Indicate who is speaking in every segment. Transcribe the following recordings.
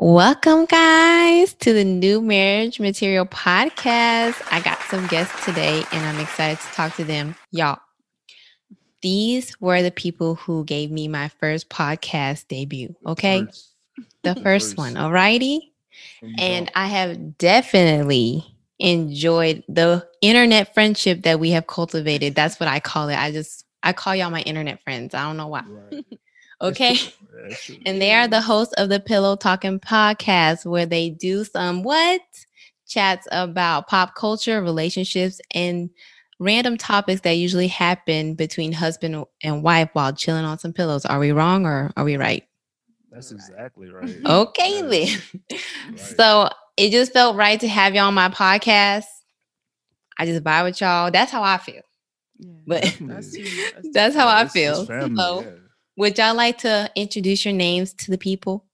Speaker 1: Welcome, guys, to the New Marriage Material Podcast. I got some guests today, and I'm excited to talk to them. Y'all, these were the people who gave me my first podcast debut, okay?
Speaker 2: First,
Speaker 1: the first one, alrighty?
Speaker 2: there you
Speaker 1: And
Speaker 2: go.
Speaker 1: I have definitely enjoyed the internet friendship that we have cultivated. That's what I call it. I just, I call y'all my internet friends. I don't know why.
Speaker 2: Right. That's
Speaker 1: Okay.
Speaker 2: true. That's true.
Speaker 1: And they are the hosts of the Pillow Talking podcast, where they do some what chats about pop culture, relationships, and random topics that usually happen between husband and wife while chilling on some pillows. Are we wrong or are we right?
Speaker 2: That's exactly right.
Speaker 1: Okay,
Speaker 2: Yes.
Speaker 1: then.
Speaker 2: Right.
Speaker 1: So it just felt right to have y'all on my podcast. I just vibe with y'all. That's how I feel. But
Speaker 2: Definitely.
Speaker 3: That's you. That's
Speaker 1: that's
Speaker 3: you.
Speaker 1: how
Speaker 2: Yeah,
Speaker 1: I
Speaker 2: it's- it's
Speaker 1: feel.
Speaker 2: family,
Speaker 1: So
Speaker 2: yeah.
Speaker 1: would y'all like to introduce your names to the people?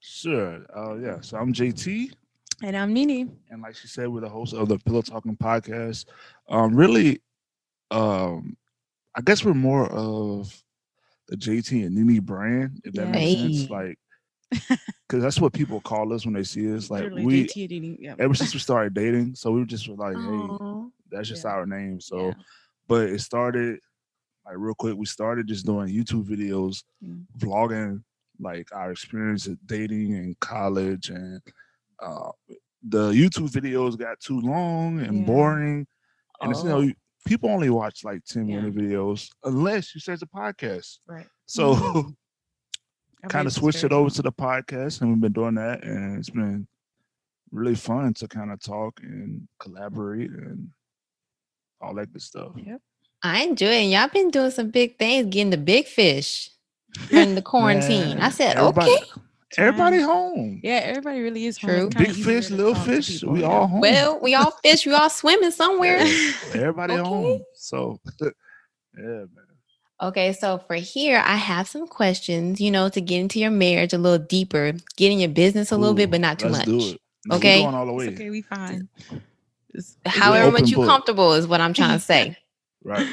Speaker 2: Sure. Oh yeah. So I'm JT,
Speaker 3: And I'm Nini.
Speaker 2: and like she said, we're the host of the Pillow Talking podcast. Um, really, um, I guess we're more of the JT and Nini brand, if that
Speaker 3: Yeah.
Speaker 2: makes
Speaker 1: Hey.
Speaker 2: sense. Like, because that's what people call us when they see us. Like
Speaker 3: Literally
Speaker 2: we,
Speaker 3: JT and Nini. Yeah.
Speaker 2: ever since we started dating, so we just were like, hey,
Speaker 1: Aw.
Speaker 2: that's just
Speaker 3: Oh, Yeah.
Speaker 2: our name. So.
Speaker 3: Yeah.
Speaker 2: but it started like real quick. We started just doing YouTube videos,
Speaker 3: Mm.
Speaker 2: vlogging like our experience at dating in college, and uh, the YouTube videos got too long and
Speaker 3: Yeah.
Speaker 2: boring. And it's, you know,
Speaker 1: Oh.
Speaker 2: you- people only watch like ten
Speaker 3: Yeah.
Speaker 2: minute videos unless you start a podcast.
Speaker 3: Right.
Speaker 2: So
Speaker 3: Mm. Our
Speaker 2: kind of
Speaker 3: brains is
Speaker 2: switched it
Speaker 3: very-
Speaker 2: over to the podcast, and we've been doing that, and it's been really fun to kind of talk and collaborate and all that good stuff.
Speaker 3: Yep.
Speaker 1: I enjoy it. And y'all been doing some big things, getting the big fish during the quarantine. I
Speaker 2: Man,
Speaker 1: said,
Speaker 2: everybody-
Speaker 1: okay.
Speaker 2: Everybody home.
Speaker 3: Yeah, everybody really is home.
Speaker 1: True.
Speaker 3: It's kinda
Speaker 2: Big
Speaker 3: easier
Speaker 2: fish,
Speaker 3: to
Speaker 2: little
Speaker 3: talk to
Speaker 2: fish,
Speaker 3: people,
Speaker 2: we
Speaker 3: yeah.
Speaker 2: all home.
Speaker 1: Well, we all fish, we all swimming somewhere.
Speaker 2: Yeah, Everybody
Speaker 1: Okay.
Speaker 2: home. So, yeah, man.
Speaker 1: Okay, so for here, I have some questions, you know, to get into your marriage a little deeper, get in your business a little bit,
Speaker 2: Ooh,
Speaker 1: but not too
Speaker 2: let's
Speaker 1: much.
Speaker 2: Do it. No, we
Speaker 1: Okay?
Speaker 2: going all the way.
Speaker 3: It's okay, we fine. It's-
Speaker 1: However
Speaker 2: open
Speaker 1: much you
Speaker 2: book.
Speaker 1: comfortable is what I'm trying to say.
Speaker 2: Right.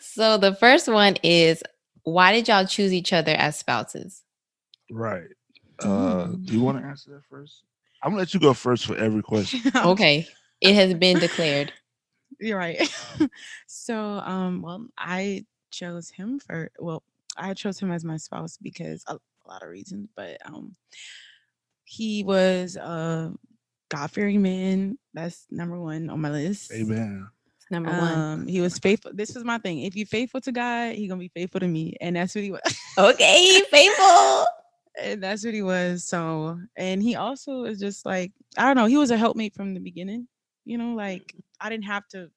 Speaker 1: so the first one is why did y'all choose each other as spouses?
Speaker 2: Right. Uh,
Speaker 3: Mm.
Speaker 2: do you want to answer that first? I'm gonna let you go first for every question.
Speaker 1: Okay, it has been declared.
Speaker 3: You're right. so, um, well, I chose him for well, I chose him as my spouse because a, a lot of reasons, but um, he was a God-fearing man. That's number one on my list.
Speaker 2: Amen.
Speaker 1: Number
Speaker 2: Uh,
Speaker 1: one.
Speaker 3: Um, he was faithful. This was my thing. If you faithful to God, he gonna be faithful to me, and that's what he was.
Speaker 1: Okay, faithful.
Speaker 3: and that's what he was. So, and he also is just like I don't know. He was a helpmate from the beginning. You know, like
Speaker 1: Mm-hmm.
Speaker 3: I didn't have to.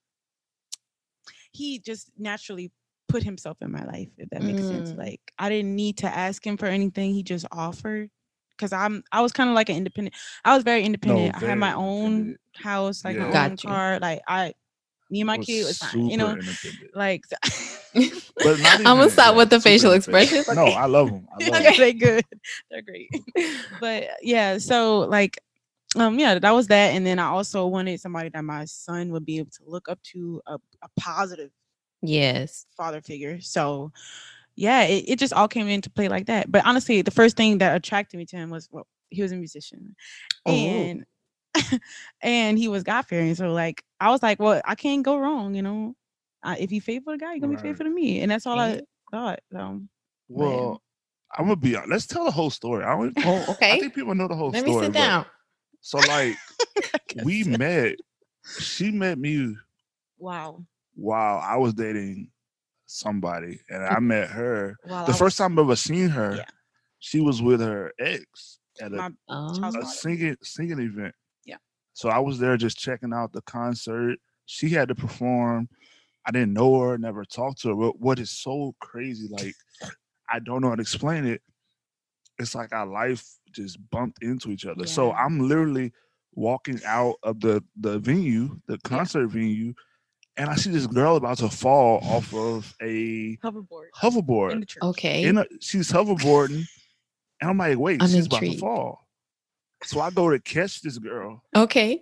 Speaker 3: He just naturally put himself in my life, if that makes sense.
Speaker 1: Mm.
Speaker 3: Like I didn't need to ask him for anything. He just offered. Cause I'm, I was kind of like an independent. I was very independent. I had my
Speaker 2: very
Speaker 3: own
Speaker 2: independent.
Speaker 3: house, like
Speaker 2: Yeah.
Speaker 3: my own
Speaker 1: Got you.
Speaker 3: car. Like I, me and my kid was fine. You
Speaker 2: super
Speaker 3: know,
Speaker 2: independent.
Speaker 3: like so-
Speaker 2: But not
Speaker 1: I'ma
Speaker 2: even,
Speaker 1: stop
Speaker 2: yeah,
Speaker 1: with the
Speaker 2: super
Speaker 1: facial
Speaker 2: independent.
Speaker 1: expressions,
Speaker 2: No,
Speaker 1: okay?
Speaker 2: I love them. I love 'em.
Speaker 3: okay, they good. They're great. but uh, yeah, so like, um, yeah, that was that. And then I also wanted somebody that my son would be able to look up to a, a positive
Speaker 1: yes.
Speaker 3: father figure. So yeah, it, it just all came into play like that. But honestly, the first thing that attracted me to him was well, he was a musician.
Speaker 2: Oh.
Speaker 3: And and he was God fearing. So like I was like, well, I can't go wrong, you know. I, if you faithful to God, you're gonna
Speaker 2: Right.
Speaker 3: be faithful to me. And that's all I thought. So
Speaker 2: Well, I'm gonna be. hon- Let's tell the whole story. I don't.
Speaker 1: Oh,
Speaker 2: I
Speaker 1: okay.
Speaker 2: think people know the whole
Speaker 1: Let
Speaker 2: story.
Speaker 1: me sit
Speaker 2: but-
Speaker 1: down.
Speaker 2: So like, we met. She met me
Speaker 3: wow.
Speaker 2: while I was dating somebody, and
Speaker 1: Mm-hmm.
Speaker 2: I met her.
Speaker 3: Wow.
Speaker 1: Oh,
Speaker 2: The first time I've ever seen her,
Speaker 3: Yeah.
Speaker 2: she was with her ex at a,
Speaker 3: my
Speaker 1: Oh.
Speaker 2: a singing singing event.
Speaker 3: Yeah.
Speaker 2: So I was there just checking out the concert. She had to perform. I didn't know her, never talked to her. But what is so crazy, like I don't know how to explain it. It's like our life just bumped into each other. So
Speaker 3: Yeah.
Speaker 2: I'm literally walking out of the the venue, the concert venue, and I see this girl about to fall off of a
Speaker 3: hoverboard in
Speaker 2: hoverboard.
Speaker 3: the church.
Speaker 1: Okay.
Speaker 2: In a, she's hoverboarding, and I'm like, wait,
Speaker 1: I'm
Speaker 2: she's about to
Speaker 1: intrigued.
Speaker 2: fall. So I go to catch this girl,
Speaker 1: okay.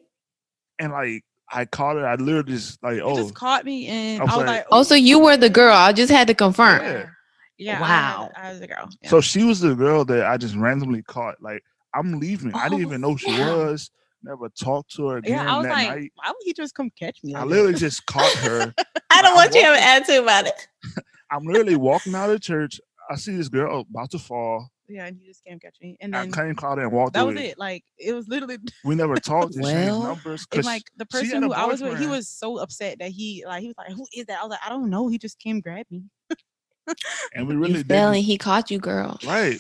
Speaker 2: and like I caught her. I literally just like,
Speaker 3: It
Speaker 2: oh,
Speaker 3: just caught me and
Speaker 2: I'm
Speaker 3: I was
Speaker 2: sorry.
Speaker 3: like,
Speaker 1: Oh, so you were the girl. I just had to confirm.
Speaker 2: Yeah.
Speaker 3: Yeah. I had-
Speaker 1: Wow.
Speaker 3: I was a girl. Yeah.
Speaker 2: so she was the girl that I just randomly caught. Like I'm leaving. I didn't
Speaker 3: Oh,
Speaker 2: even know she
Speaker 3: yeah.
Speaker 2: was. Never talked to her again
Speaker 3: Yeah, I was
Speaker 2: that
Speaker 3: like,
Speaker 2: night.
Speaker 3: why would he just come catch me?
Speaker 2: I
Speaker 3: like that?
Speaker 2: literally just caught her.
Speaker 1: I don't
Speaker 2: I'm
Speaker 1: want you to have
Speaker 2: walking-
Speaker 1: an attitude about it.
Speaker 2: I'm literally walking out of church. I see this girl about to fall.
Speaker 3: yeah, and he just came catch me. And
Speaker 2: I
Speaker 3: then
Speaker 2: came caught her and walked
Speaker 3: that
Speaker 2: away.
Speaker 3: was it. Like it was literally
Speaker 2: We never talked. Well,
Speaker 1: Well,
Speaker 2: numbers.
Speaker 3: and
Speaker 2: 'cause
Speaker 3: like the
Speaker 2: she had
Speaker 3: person
Speaker 2: a
Speaker 3: who I was with, he
Speaker 2: boyfriend.
Speaker 3: was so upset that he like he was like, Who is that? I was like, I don't know. He just came grab me.
Speaker 2: and we
Speaker 1: Really
Speaker 2: really
Speaker 1: you fell
Speaker 2: didn't.
Speaker 1: and he caught you, girl.
Speaker 2: Right.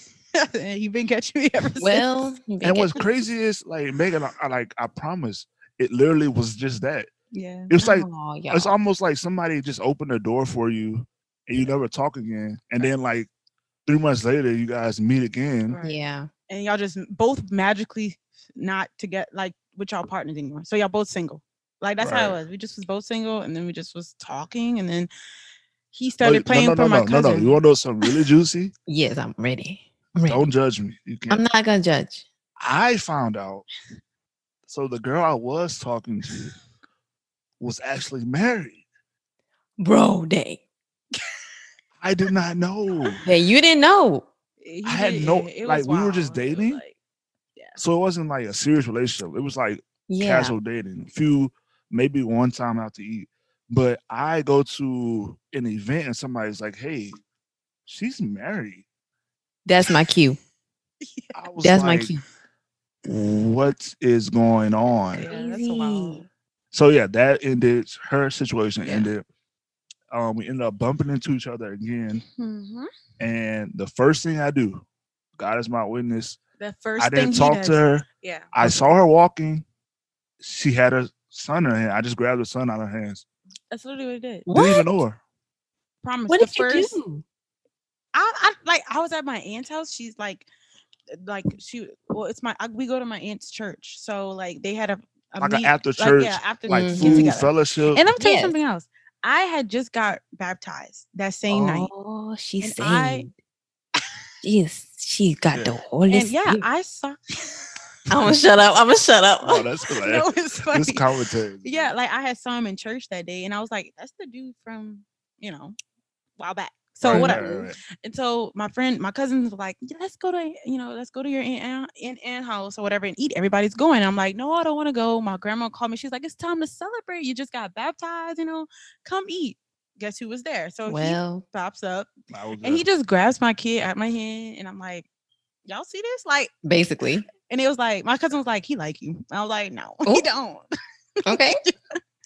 Speaker 3: and he been catching me ever since.
Speaker 1: Well, you been
Speaker 2: And
Speaker 1: get-
Speaker 2: what's crazy is like Megan, I, I, like I promise, it literally was just that.
Speaker 3: Oh, yeah.
Speaker 2: It was like
Speaker 1: Aw,
Speaker 2: it's
Speaker 1: y'all.
Speaker 2: almost like somebody just opened the door for you and you never talk again. And then like three months later you guys meet again.
Speaker 3: Right.
Speaker 1: yeah.
Speaker 3: And y'all just both magically not to get like with y'all partners anymore. So y'all both single. Like that's how it
Speaker 2: Right.
Speaker 3: was. We just was both single and then we just was talking and then he
Speaker 2: No,
Speaker 3: started
Speaker 2: Oh, no,
Speaker 3: playing
Speaker 2: no,
Speaker 3: for
Speaker 2: no,
Speaker 3: my
Speaker 2: no, no, no.
Speaker 3: cousin.
Speaker 2: You wanna know something really juicy?
Speaker 1: Yes, I'm ready. I'm ready.
Speaker 2: Don't judge me. You can't
Speaker 1: I'm not gonna judge.
Speaker 2: I found out. So the girl I was talking to was actually married.
Speaker 1: Bro day.
Speaker 2: I did not know.
Speaker 1: Hey, you didn't know.
Speaker 3: Eh, He
Speaker 2: I had
Speaker 3: did-
Speaker 2: no-
Speaker 3: it- it
Speaker 2: like,
Speaker 3: was
Speaker 2: we were just
Speaker 3: wild. It was
Speaker 2: dating?
Speaker 3: like-
Speaker 2: So it wasn't like a serious relationship. It was like
Speaker 1: Yeah.
Speaker 2: casual dating. Few, maybe one time out to eat. But I go to an event and somebody's like, "Hey, she's married."
Speaker 1: That's my cue.
Speaker 2: I was
Speaker 1: That's my
Speaker 2: like,
Speaker 1: cue.
Speaker 2: "What is going on?"
Speaker 3: yeah, that's a wild.
Speaker 1: Crazy.
Speaker 2: So yeah, that ended. Her situation
Speaker 3: Yeah.
Speaker 2: ended. Um, we ended up bumping into each other again,
Speaker 3: Mm-hmm.
Speaker 2: and the first thing I do, God is my witness.
Speaker 3: The first
Speaker 2: I didn't
Speaker 3: thing
Speaker 2: talk
Speaker 3: he does,
Speaker 2: to her.
Speaker 3: Yeah.
Speaker 2: I saw her walking. She had her son in her hand. I just grabbed her son out of her hands.
Speaker 3: That's literally what it did.
Speaker 2: Didn't
Speaker 1: What?
Speaker 2: even know her.
Speaker 3: Promise.
Speaker 1: What
Speaker 3: the
Speaker 1: did you
Speaker 3: first,
Speaker 1: do?
Speaker 3: I, I like I was at my aunt's house. She's like like she well, it's my I, we go to my aunt's church. So like they had a, a
Speaker 2: Like
Speaker 3: meet,
Speaker 2: an after
Speaker 3: like,
Speaker 2: church
Speaker 3: yeah, after
Speaker 2: like
Speaker 1: Mhm.
Speaker 3: church
Speaker 2: food
Speaker 3: get together.
Speaker 2: fellowship.
Speaker 3: And I'm telling
Speaker 1: Yes.
Speaker 3: you something else. I had just got baptized that same night.
Speaker 1: Oh, she's
Speaker 3: And I-
Speaker 1: saved. She is. She got
Speaker 2: Yeah.
Speaker 1: the Holy
Speaker 3: And yeah,
Speaker 1: Spirit.
Speaker 3: I saw
Speaker 1: I'm gonna shut up. I'm gonna shut up.
Speaker 2: oh, that's hilarious.
Speaker 3: no, it's funny.
Speaker 2: this commentary. is
Speaker 3: yeah,
Speaker 2: good.
Speaker 3: like I had saw him in church that day, and I was like, "That's the dude from, you know, while back." So
Speaker 2: Right,
Speaker 3: whatever.
Speaker 2: right, right.
Speaker 3: And so my friend, my cousins were like, "Yeah, let's go to, you know, let's go to your aunt Ann- aunt Ann house or whatever and eat. Everybody's going. I'm like, no, I don't want to go. My grandma called me. She's like, it's time to celebrate. You just got baptized, you know, come eat. Guess who was there? So he
Speaker 1: Well,
Speaker 3: pops up
Speaker 2: I was
Speaker 3: and he
Speaker 2: just-
Speaker 3: just grabs my kid at my hand. And I'm like, y'all see this? Like,
Speaker 1: basically.
Speaker 3: and it was like, my cousin was like, he like you. I was like, no,
Speaker 1: Oh.
Speaker 3: he don't.
Speaker 1: Okay.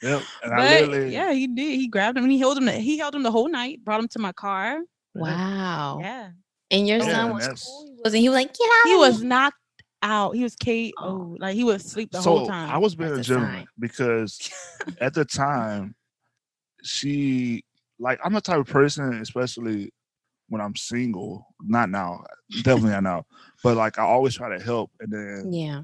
Speaker 2: Yep, and I
Speaker 3: But
Speaker 2: literally-
Speaker 3: yeah, he did. He grabbed him and he held him. the- He held him the whole night, brought him to my car.
Speaker 2: Oh.
Speaker 1: Wow.
Speaker 3: Yeah.
Speaker 1: And your
Speaker 2: Yeah,
Speaker 1: son
Speaker 2: and
Speaker 1: was
Speaker 2: that's-
Speaker 1: cool. He wasn't. He was like, get out.
Speaker 3: he
Speaker 1: of
Speaker 3: was
Speaker 1: here."
Speaker 3: knocked out. He was KO.
Speaker 1: Oh.
Speaker 3: Like he was asleep the
Speaker 2: so
Speaker 3: whole time.
Speaker 2: I was being a
Speaker 1: That's a
Speaker 2: gentleman
Speaker 1: sign.
Speaker 2: because at the time she like I'm the type of person, especially when I'm single. Not now, definitely not now. But like I always try to help, and then
Speaker 1: Yeah.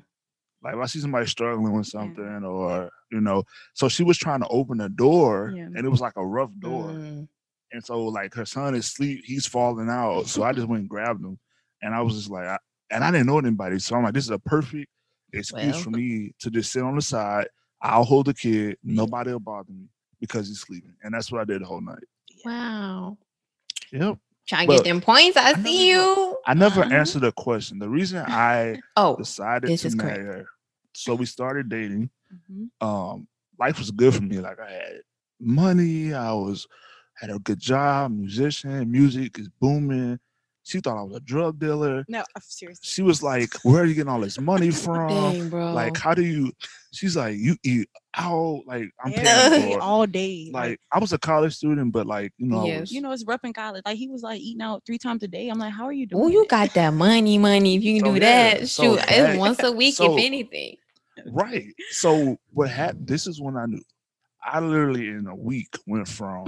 Speaker 2: like if I see somebody struggling with something or you know, so she was trying to open a door,
Speaker 3: Yeah.
Speaker 2: and it was like a rough door.
Speaker 1: Mm.
Speaker 2: And so like her son is asleep, he's falling out. So I just went and grabbed him. And I was just like, I, and I didn't know anybody. So I'm like, this is a perfect excuse
Speaker 1: Well.
Speaker 2: for me to just sit on the side. I'll hold the kid. Nobody will bother me because he's sleeping. And that's what I did the whole night.
Speaker 1: Wow.
Speaker 2: Yep.
Speaker 1: Trying to
Speaker 2: But
Speaker 1: get them points. I
Speaker 2: I
Speaker 1: see
Speaker 2: never
Speaker 1: you.
Speaker 2: I never
Speaker 3: Uh-huh.
Speaker 2: answered the question. The reason I
Speaker 1: Oh,
Speaker 2: decided
Speaker 1: This
Speaker 2: to
Speaker 1: is correct.
Speaker 2: marry her. So we started dating.
Speaker 3: Mhm.
Speaker 2: Um, life was good for me. Like I had money, I was had a good job, musician, music is booming. She thought I was a drug dealer.
Speaker 3: No, uh, seriously.
Speaker 2: She was like, Where are you getting all this money from?
Speaker 1: dang, bro.
Speaker 2: Like, how do you she's like, You eat out, like I'm
Speaker 1: Yeah.
Speaker 2: paying
Speaker 3: Every-
Speaker 2: for it."
Speaker 3: all day.
Speaker 2: like I was a college student, but like, you know, I
Speaker 1: Yes.
Speaker 2: was-
Speaker 3: you know, it's rough in college. Like he was like eating out three times a day. I'm like, how are you doing?
Speaker 1: Oh, you
Speaker 3: it?
Speaker 1: got that money, money. If you can
Speaker 2: So,
Speaker 1: do
Speaker 2: yeah,
Speaker 1: that,
Speaker 2: so
Speaker 1: shoot,
Speaker 2: that-
Speaker 1: it's once a week,
Speaker 2: so-
Speaker 1: if anything.
Speaker 2: right. So what happened this is when I knew. I literally in a week went from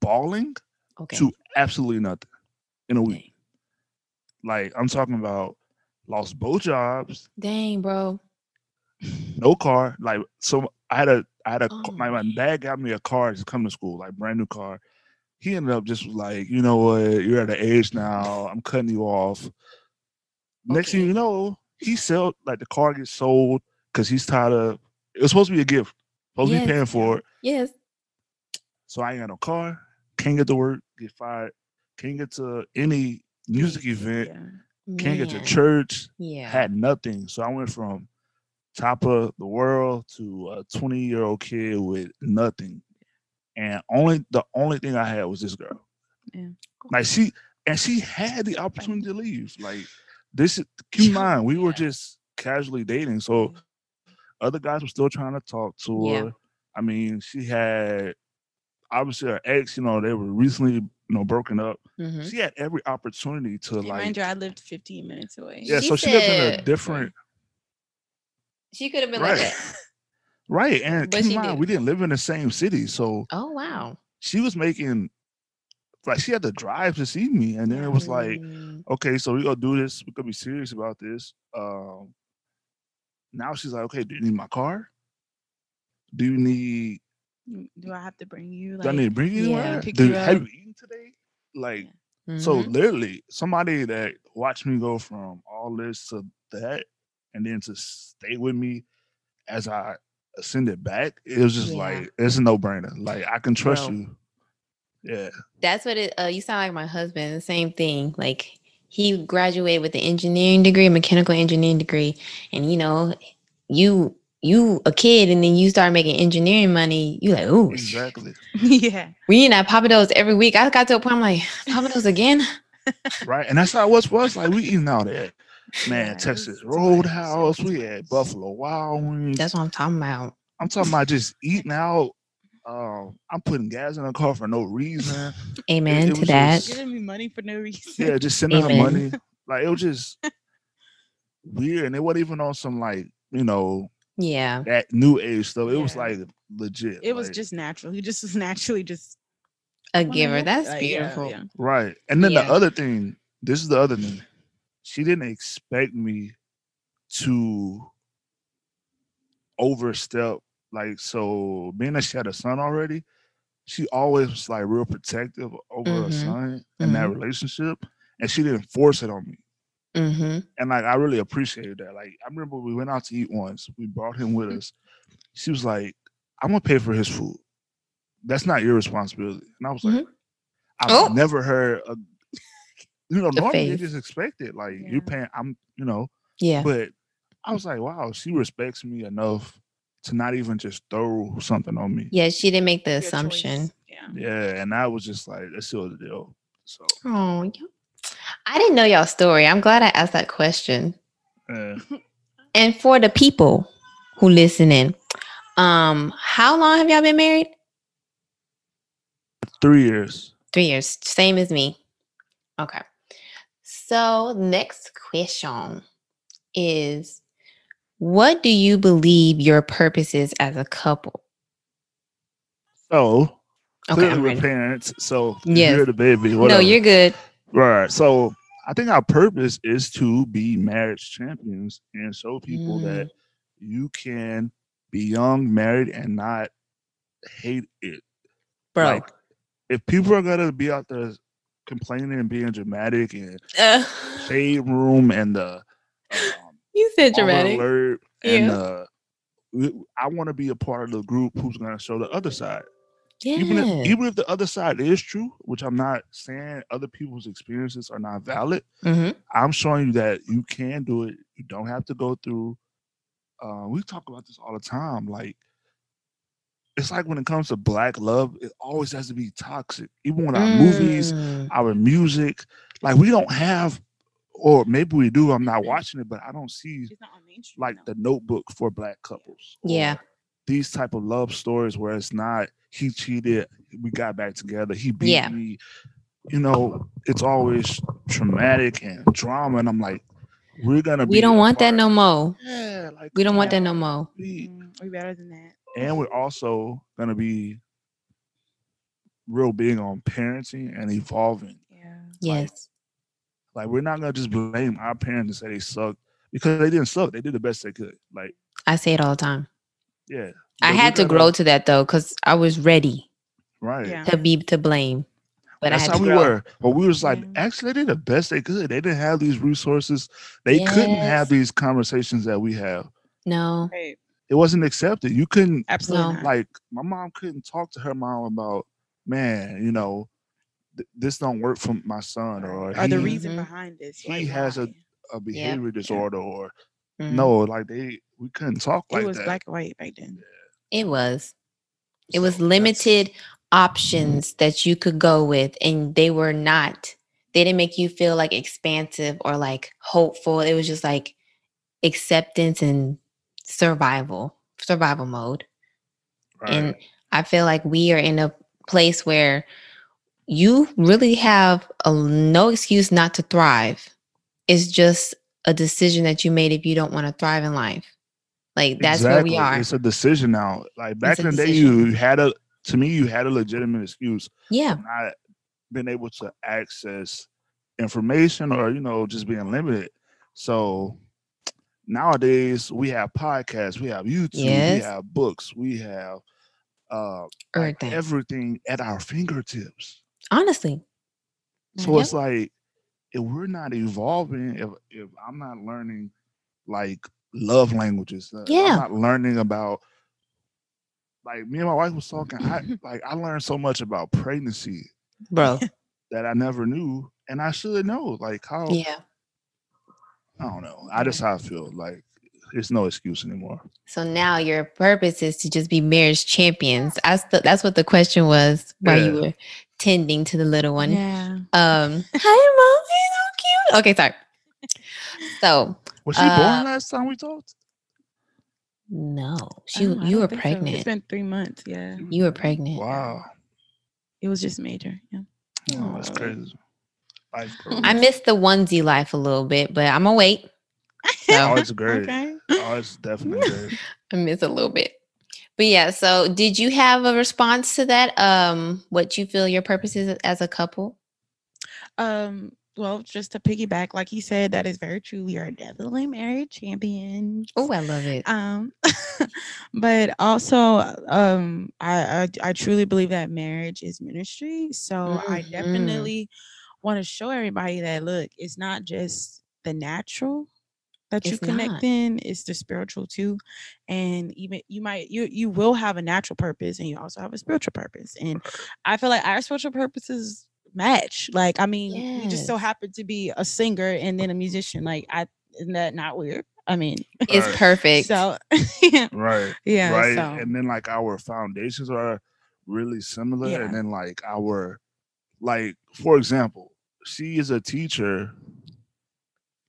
Speaker 2: balling
Speaker 1: Okay.
Speaker 2: to absolutely nothing in a week.
Speaker 1: Dang.
Speaker 2: Like I'm talking about lost both jobs,
Speaker 1: Dang, bro.
Speaker 2: no car. Like so I had a I had a ca-
Speaker 1: Oh,
Speaker 2: my, my
Speaker 1: man.
Speaker 2: dad got me a car to come to school, like brand new car. He ended up just was like, you know what, you're at an age now, I'm cutting you off. Next thing
Speaker 1: Okay.
Speaker 2: you know, he sold like the car gets sold because he's tired of it was supposed to be a gift. Supposed to
Speaker 1: Yes.
Speaker 2: be paying for it.
Speaker 1: Yes.
Speaker 2: So I ain't got no car, can't get to work, get fired, can't get to any music event.
Speaker 3: Yeah.
Speaker 2: Can't get to
Speaker 1: Man,
Speaker 2: church.
Speaker 1: Yeah.
Speaker 2: Had nothing. So I went from top of the world to a 20 year old kid with nothing. And only the only thing I had was this girl.
Speaker 3: Yeah.
Speaker 2: Like she and she had the opportunity to leave. Like this is keep in
Speaker 1: Yeah. Mm-hmm.
Speaker 2: mind, we were just casually dating. So other guys were still trying to talk to
Speaker 1: Yeah.
Speaker 2: her. I mean, she had obviously her ex, you know, they were recently, you know, broken up.
Speaker 1: Mhm.
Speaker 2: She had every opportunity to
Speaker 3: And
Speaker 2: like
Speaker 3: mind you, I lived 15 minutes away.
Speaker 2: Yeah,
Speaker 1: She
Speaker 2: so she lived in a
Speaker 1: said-
Speaker 2: different
Speaker 1: She could have been
Speaker 2: Right.
Speaker 1: like, that.
Speaker 2: right. And
Speaker 1: But
Speaker 2: keep in
Speaker 1: she
Speaker 2: mind,
Speaker 1: did.
Speaker 2: we didn't live in the same city. So
Speaker 1: oh, wow.
Speaker 2: she was making like she had to drive to see me. And then it was like,
Speaker 1: Mm,
Speaker 2: okay, so we gonna do this. We're gonna be serious about this. Um now she's like, okay, do you need my car? Do you need
Speaker 3: Mm, Do I have to bring you?
Speaker 2: do I need to bring you
Speaker 1: yeah,
Speaker 2: anywhere?
Speaker 3: pick
Speaker 2: Do
Speaker 3: you
Speaker 2: have
Speaker 3: up.
Speaker 2: you eaten today? Like So
Speaker 1: mhm.
Speaker 2: literally, somebody that watched me go from all this to that, and then to stay with me as I ascended back, it was just
Speaker 1: Yeah.
Speaker 2: like it's a no brainer. Like I can trust
Speaker 1: Bro.
Speaker 2: you. Yeah,
Speaker 1: That's what it. Uh, you sound like my husband. The same thing. Like he graduated with an engineering degree, mechanical engineering degree, and you know, you you a kid, and then you start making engineering money. You like, ooh,
Speaker 2: exactly.
Speaker 3: yeah.
Speaker 1: we eating at Papa Do's every week. I got to a point. I'm like, Papa Do's again.
Speaker 2: Mm. right, and that's how it was for us. Like we eating out at man
Speaker 3: Yeah, it was
Speaker 2: Texas
Speaker 3: too much.
Speaker 2: Roadhouse, we had Buffalo Wild Wings.
Speaker 1: That's what I'm talking about.
Speaker 2: I'm talking about just eating out. Um, I'm putting gas in the car for no reason.
Speaker 1: Amen
Speaker 2: it
Speaker 1: to
Speaker 2: was
Speaker 1: that.
Speaker 2: just-
Speaker 3: Giving me money for no reason.
Speaker 2: Yeah, just sending her
Speaker 1: Amen.
Speaker 2: money. Like it was just weird, and it wasn't even on some like you know
Speaker 1: yeah.
Speaker 2: that new age stuff. It was
Speaker 3: Yeah.
Speaker 2: like legit.
Speaker 3: It was
Speaker 2: like,
Speaker 3: just natural. He just was naturally just
Speaker 1: A
Speaker 3: "Wanna
Speaker 1: giver.
Speaker 3: help?"
Speaker 1: That's
Speaker 3: Like, yeah,
Speaker 1: beautiful.
Speaker 3: yeah.
Speaker 2: right. And then
Speaker 1: Yeah.
Speaker 2: the other thing, this is the other thing. She didn't expect me to overstep. Like so, being that she had a son already, she always was like real protective over her
Speaker 3: Mm-hmm.
Speaker 1: Mhm.
Speaker 2: son and that relationship, and she didn't force it on me.
Speaker 1: hmm
Speaker 2: and like I really appreciated that. Like I remember we went out to eat once. We brought him
Speaker 1: Mm-hmm.
Speaker 2: with us. She was like, "I'm gonna pay for his food. That's not your responsibility." And I was like,
Speaker 1: Mhm.
Speaker 2: "I've
Speaker 1: Oh.
Speaker 2: never heard a, you know,
Speaker 1: The
Speaker 2: normally you
Speaker 1: faith.
Speaker 2: just expect it. Like
Speaker 3: Yeah.
Speaker 2: you're paying. I'm, you know,
Speaker 1: Yeah.
Speaker 2: but I was like, wow, she respects me enough to not even just throw something on me.
Speaker 1: Yeah. She didn't make the
Speaker 3: Your choice.
Speaker 1: assumption.
Speaker 3: Yeah.
Speaker 2: Yeah, and I was just like, that's still the deal. So
Speaker 1: Oh, you- I didn't know y'all story. I'm glad I asked that question.
Speaker 2: uh,
Speaker 1: And for the people who listen in, um, how long have y'all been married?
Speaker 2: three years.
Speaker 1: Three years, same as me. Okay. So next question is what do you believe your purpose is as a couple?
Speaker 2: So
Speaker 1: Okay,
Speaker 2: clearly
Speaker 1: I'm
Speaker 2: we're
Speaker 1: ready.
Speaker 2: parents. So
Speaker 1: Yes.
Speaker 2: you're the baby.
Speaker 1: No,
Speaker 2: Whatever.
Speaker 1: you're good.
Speaker 2: Right. So I think our purpose is to be marriage champions and show people
Speaker 1: Mm.
Speaker 2: that you can be young, married, and not hate it.
Speaker 1: Bro.
Speaker 2: Like, if people are gonna be out there complaining and being dramatic and
Speaker 1: Uh,
Speaker 2: shade room and the um,
Speaker 1: you said
Speaker 2: Amber
Speaker 1: dramatic.
Speaker 2: alert and
Speaker 1: Yeah.
Speaker 2: the we- I want to be a part of the group who's going to show the other side. Even
Speaker 1: Yeah.
Speaker 2: if even if the other side is true, which I'm not saying other people's experiences are not valid,
Speaker 1: hmm
Speaker 2: I'm showing you that you can do it. You don't have to go through. Uh, we talk about this all the time. Like, it's like when it comes to black love, it always has to be toxic. Even with our movies,
Speaker 1: Mm.
Speaker 2: our music, like we don't have, or maybe we do. I'm not watching it, but I don't see
Speaker 3: It's not on mainstream.
Speaker 2: like
Speaker 3: though.
Speaker 2: the Notebook for black couples.
Speaker 1: Yeah.
Speaker 2: or These type of love stories where it's not he cheated, we got back together, he beat
Speaker 1: Yeah.
Speaker 2: me. You know, it's always traumatic and drama, and I'm like, we're gonna.
Speaker 1: We
Speaker 2: be
Speaker 1: don't
Speaker 2: a
Speaker 1: want that
Speaker 2: part-
Speaker 1: no more.
Speaker 2: Yeah, like
Speaker 1: We don't want that
Speaker 2: come
Speaker 1: no
Speaker 2: on,
Speaker 1: more.
Speaker 2: we-
Speaker 3: Mm, we better than that.
Speaker 2: And we're also gonna be real big on parenting and evolving.
Speaker 3: Yeah.
Speaker 1: Yes.
Speaker 2: Like we're not gonna just blame our parents and say they sucked because they didn't suck. They did the best they could. Like,
Speaker 1: I say it all the time.
Speaker 2: yeah.
Speaker 1: I
Speaker 2: but we
Speaker 1: had to
Speaker 2: gotta-
Speaker 1: grow to that though, because I was ready
Speaker 2: Right.
Speaker 3: Yeah.
Speaker 1: to be to blame. But
Speaker 2: That's
Speaker 1: I had
Speaker 2: how
Speaker 1: to
Speaker 2: we
Speaker 1: grow.
Speaker 2: were. But we was like,
Speaker 3: Yeah.
Speaker 2: actually, they did the best they could. They didn't have these resources. They couldn't
Speaker 1: Yes.
Speaker 2: have these conversations that we have.
Speaker 1: No.
Speaker 3: Right.
Speaker 2: It wasn't accepted. You couldn't
Speaker 1: Uh-uh.
Speaker 3: Absolutely
Speaker 1: No.
Speaker 3: not.
Speaker 2: like my mom couldn't talk to her mom about man you know th- this don't work for my son or,
Speaker 3: or the
Speaker 2: he-
Speaker 3: reason
Speaker 1: Mhm.
Speaker 3: behind this.
Speaker 2: he
Speaker 3: like,
Speaker 2: has a-
Speaker 3: why.
Speaker 2: a behavior disorder or
Speaker 1: Mhm.
Speaker 2: no, like they we couldn't talk
Speaker 3: It
Speaker 2: like
Speaker 3: was
Speaker 2: that.
Speaker 3: black and white back then.
Speaker 1: It was. It was
Speaker 2: So that's-
Speaker 1: limited options that you could go with, and they were not. They didn't make you feel like expansive or like hopeful. It was just like acceptance and survival, survival mode.
Speaker 2: right.
Speaker 1: And I feel like we are in a place where you really have a, no excuse not to thrive. It's just a decision that you made if you don't want to thrive in life. Like that's where we
Speaker 2: Exactly.
Speaker 1: are.
Speaker 2: It's a decision now. Like back
Speaker 1: a
Speaker 2: in the day,
Speaker 1: decision.
Speaker 2: you had a to me, you had a legitimate excuse
Speaker 1: Yeah.
Speaker 2: for not being able to access information or you know just being limited. So nowadays we have podcasts, we have YouTube, we
Speaker 1: Yes.
Speaker 2: have books, we have uh like,
Speaker 1: Everything.
Speaker 2: everything at our fingertips.
Speaker 1: Honestly.
Speaker 2: So
Speaker 1: Yep.
Speaker 2: it's like if we're not evolving, if if I'm not learning like love languages, uh, if
Speaker 1: Yeah.
Speaker 2: I'm not learning about like me and my wife was talking. I like I learned so much about pregnancy
Speaker 1: Bro.
Speaker 2: that I never knew, and I should know. Like how
Speaker 1: Yeah.
Speaker 2: I don't know. I just how I feel. Like it's no excuse anymore.
Speaker 1: So now your purpose is to just be marriage champions. I st- that's what the question was while you
Speaker 2: Yeah.
Speaker 1: were tending to the little one.
Speaker 3: Yeah.
Speaker 1: Um, hi, mom. so cute. Okay, sorry. So
Speaker 2: Was she
Speaker 1: Uh,
Speaker 2: born last time we talked?
Speaker 1: No,
Speaker 3: I
Speaker 1: she
Speaker 3: don't know, Oh, I
Speaker 1: you
Speaker 3: don't
Speaker 1: were
Speaker 3: think so.
Speaker 1: pregnant.
Speaker 3: It's been three months. Yeah.
Speaker 1: you were pregnant.
Speaker 2: Wow,
Speaker 3: It was just major. Yeah.
Speaker 2: no, that's
Speaker 1: Aw.
Speaker 2: crazy. Life Oh,
Speaker 1: I
Speaker 2: goes.
Speaker 1: missed the onesie life a little bit, but I'm gonna wait.
Speaker 2: Oh,
Speaker 1: So
Speaker 2: it's great.
Speaker 3: Okay.
Speaker 2: Oh, it's definitely great.
Speaker 1: I miss a little bit. But yeah, so did you have a response to that? Um, what you feel your purpose is as a couple?
Speaker 3: Um, well, just to piggyback, like he said, that is very true. We are definitely married champions.
Speaker 1: Oh, I love it.
Speaker 3: Um, but also, um, I, I I truly believe that marriage is ministry. So I
Speaker 1: Mhm.
Speaker 3: definitely want to show everybody that look, it's not just the natural that you
Speaker 1: It's
Speaker 3: connect
Speaker 1: not.
Speaker 3: in, it's the spiritual too. And even you might you you will have a natural purpose and you also have a spiritual purpose. And I feel like our spiritual purposes match. Like I mean, we just so
Speaker 1: Yes.
Speaker 3: happen to be a singer and then a musician. Like I isn't that not weird? I mean,
Speaker 1: It's
Speaker 2: Right.
Speaker 1: perfect.
Speaker 3: so
Speaker 2: Right.
Speaker 3: yeah,
Speaker 2: right
Speaker 3: so
Speaker 2: and then like our foundations are really similar
Speaker 3: Yeah.
Speaker 2: and then like our like for example she is a teacher